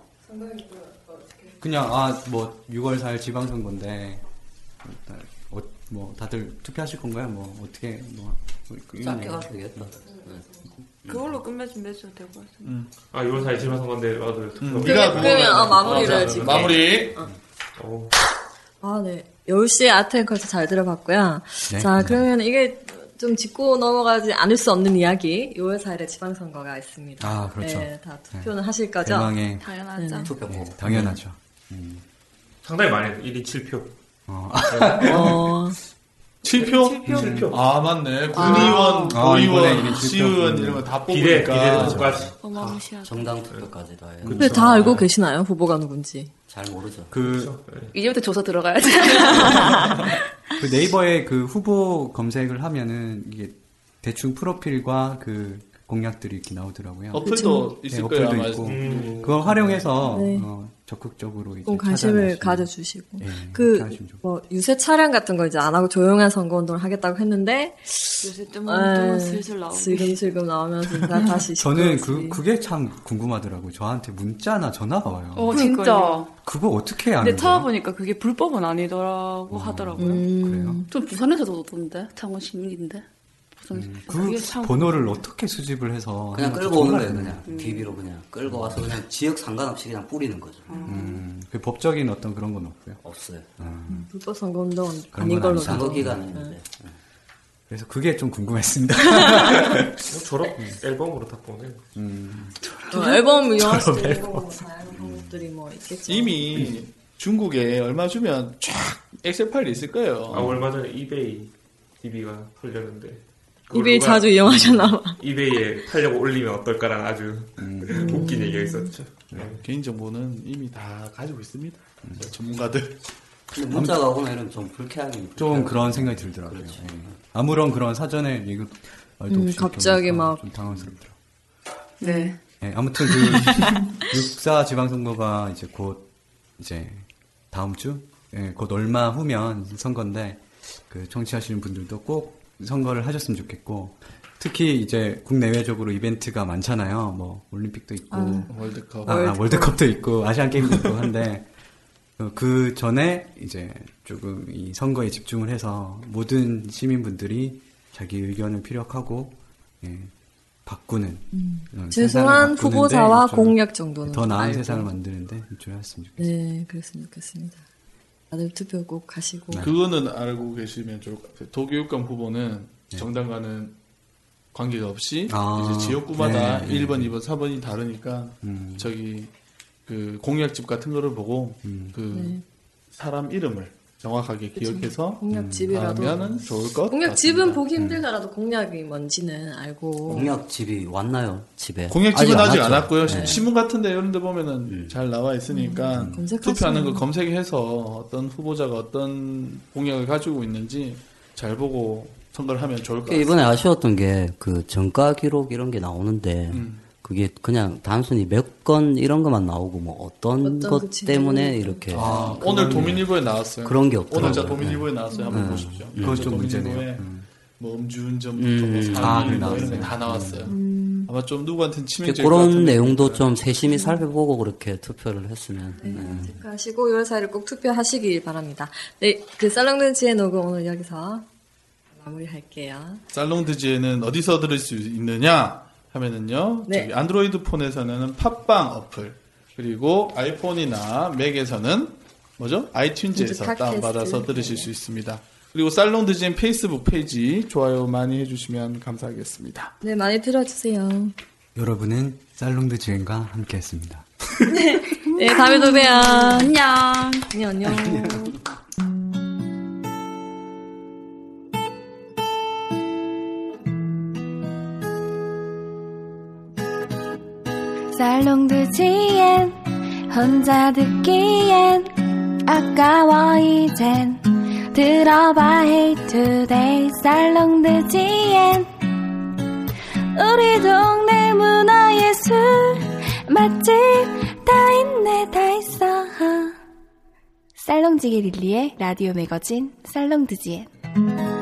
그냥 아 뭐 6월 4일 지방선거인데 어, 뭐 다들 투표하실 건가요? 뭐 어떻게 뭐 음. 짧게 가도 되겠다. 그걸로 끝내 준비해줘도 될 것 같은데. 아 6월 4일 지방선 건데 맞아요. 음, 그러면- 그러면, 어, 아, 마무리를 지금. 마무리. 어. 아, 네. 10시에 아트앤컬처 잘 들어봤고요. 네. 자, 그러면 이게 좀 짚고 넘어가지 않을 수 없는 이야기 6월 4일에 지방선거가 있습니다. 아, 그렇죠. 네, 다 투표는 하실 거죠? 대망의 네네. 투표. 네, 당연하죠. 음. 상당히 많이 1위 7표. 어. 7표? 칠표. 아, 맞네. 군의원, 아, 이번에 도의원, 이번에 시의원 칠표. 이런 거 다 뽑으니까. 아, 비례, 어마무시하다. 정당 투표까지 다 해요. 근데 아. 다 알고 계시나요? 후보가 누군지. 잘 모르죠. 그렇죠. 그, 이제부터 조사 들어가야지. 그 네이버에 그 후보 검색을 하면은 이게 대충 프로필과 그 공약들이 이렇게 나오더라고요. 네, 어플도 그쵸. 있을 거예요, 아마. 있고. 음. 그걸 활용해서 네. 어, 적극적으로 이제 좀 관심을 찾아내시는- 가져주시고 예, 그 관심 좀. 뭐 유세 차량 같은 거 이제 안 하고 조용한 선거 운동을 하겠다고 했는데 요새 좀 에, 또 슬슬 나오고. 슬금슬금 나오면서 이제 음. 다시 저는 그 시끄러워지네. 그게 참 궁금하더라고. 요 저한테 문자나 전화가 와요. 어, 진짜. 그거 어떻게 아는 근데 거예요? 찾아보니까 그게 불법은 음, 아니더라고 하더라고요. 그래요? 좀 부산에서도 오던데 창원 시민인데 부산에서 그 번호를 어떻게 수집을 해서 그냥 하는지 끌고 오는 정말 음. 거예요, 그냥. 궁금해요. DB로 그냥. 끌고 와서 그냥 지역 상관없이 그냥 뿌리는 거죠. 음, 그 법적인 어떤 그런 건 없고요. 음. 없어요. 불법 선거 운동 그런 아닌 건 걸로 아니죠. 나오고. 기간은 네. 그래서 그게 좀 궁금했습니다. 어, 졸업 네. 앨범으로 다 보네. 어, 앨범 영화 저런 시대 음. 앨범. 앨범 다양한 방법들이 뭐 있겠죠. 이미 중국에 얼마 주면 쫙 엑셀 파일이 있을 거예요. 아 얼마 전에 이베이 DB가 털렸는데. 이베이 자주 이용하셨나 봐. 이베이에 팔려고 올리면 어떨까라는 아주 웃긴 얘기가 있었죠. 음. 네, 개인정보는 이미 다 가지고 있습니다. 전문가들. 음. 근데 문자가 오거나 이러면 좀 불쾌하긴. 좀 그런 생각이 들더라고요. 그렇죠. 예. 아무런 그런 사전에 얘기 말도 음, 없이 갑자기 겪으니까 막- 좀 당황스럽더라고요. 네. 예, 아무튼 그 육사 지방선거가 이제 곧 이제 다음 주, 예, 곧 얼마 후면 선거인데 그 청취하시는 분들도 꼭 선거를 하셨으면 좋겠고 특히 이제 국내외적으로 이벤트가 많잖아요. 뭐 올림픽도 있고 아, 월드컵. 아, 아, 월드컵. 월드컵도 있고 아시안 게임도 있고 한데 어, 그 전에 이제 조금 이 선거에 집중을 해서 모든 시민분들이 자기 의견을 피력하고 예, 바꾸는 음. 이런 죄송한 세상을 바꾸는데 후보자와 좀 공약 정도는 더 나은 알고. 세상을 만드는데 이쪽에 했으면 좋겠어요. 네, 그랬으면 좋겠습니다. 다들 투표 꼭 네. 네. 가시고. 네. 그거는 알고 계시면 좋을 것 같아요. 도교육감 후보는 네. 정당과는 관계가 없이 아, 이제 지역구마다 네, 네. 1번, 2번, 4번이 다르니까 음. 저기 그 공약집 같은 거를 보고 음. 그 네. 사람 이름을 정확하게 기억해서 공약집이라도. 하면은 좋을 것 공약 같아요. 집은 보기 힘들더라도 공약이 뭔지는 알고. 공약집이 왔나요, 집에? 공약집은 아직, 안 왔고요. 네. 신문 같은데 이런 데 보면은 음. 잘 나와 있으니까 검색하시면- 투표하는 거 검색해서 어떤 후보자가 어떤 공약을 가지고 있는지 잘 보고 선거를 하면 좋을 것 그게 같아요. 그러니까 이번에 아쉬웠던 게 그 정가 기록 이런 게 나오는데 음. 그게 그냥 단순히 몇 건 이런 것만 나오고 뭐 어떤, 어떤 것 그치. 때문에 이렇게 음, 아, 오늘 도민일보에 나왔어요. 그런 게 없더라고요. 오늘 자 도민일보에 나왔어요. 한번 음. 보십시오. 음. 그건 자, 좀 문제네요. 도민일보에 뭐 음주운전부터 뭐 사기 음. 아, 그래, 뭐 이런 나왔어요. 게 다 나왔어요. 음. 아마 좀 누구한테는 이렇게 치명적일 것 그런 같은데. 내용도 좀 세심히 살펴보고 그렇게 투표를 했으면 네. 가시고 6월 4일 꼭 투표하시길 바랍니다. 네, 그 쌀렁눈치의 녹음 오늘 여기서 마무리할게요. 살롱드지에는 어디서 들을 수 있느냐 하면은요. 네. 저기 안드로이드 폰에서는 팟빵 어플 그리고 아이폰이나 맥에서는 뭐죠? 팟캐스트. 네. 아이튠즈에서 다운받아서 들으실 수 있습니다. 그리고 살롱드지엔 페이스북 페이지 좋아요 많이 해주시면 감사하겠습니다. 네, 많이 들어주세요. 여러분은 살롱드 지엔과 함께했습니다. 네, 다음에 또 봬요. 안녕. 안녕, 안녕. 살롱드지엔 혼자 듣기엔 아까워 이젠 들어봐 Hey Today 살롱드지엔 우리 동네 문화예술 맛집 다 있네 다 있어 살롱지게 릴리의 라디오 매거진 살롱드지엔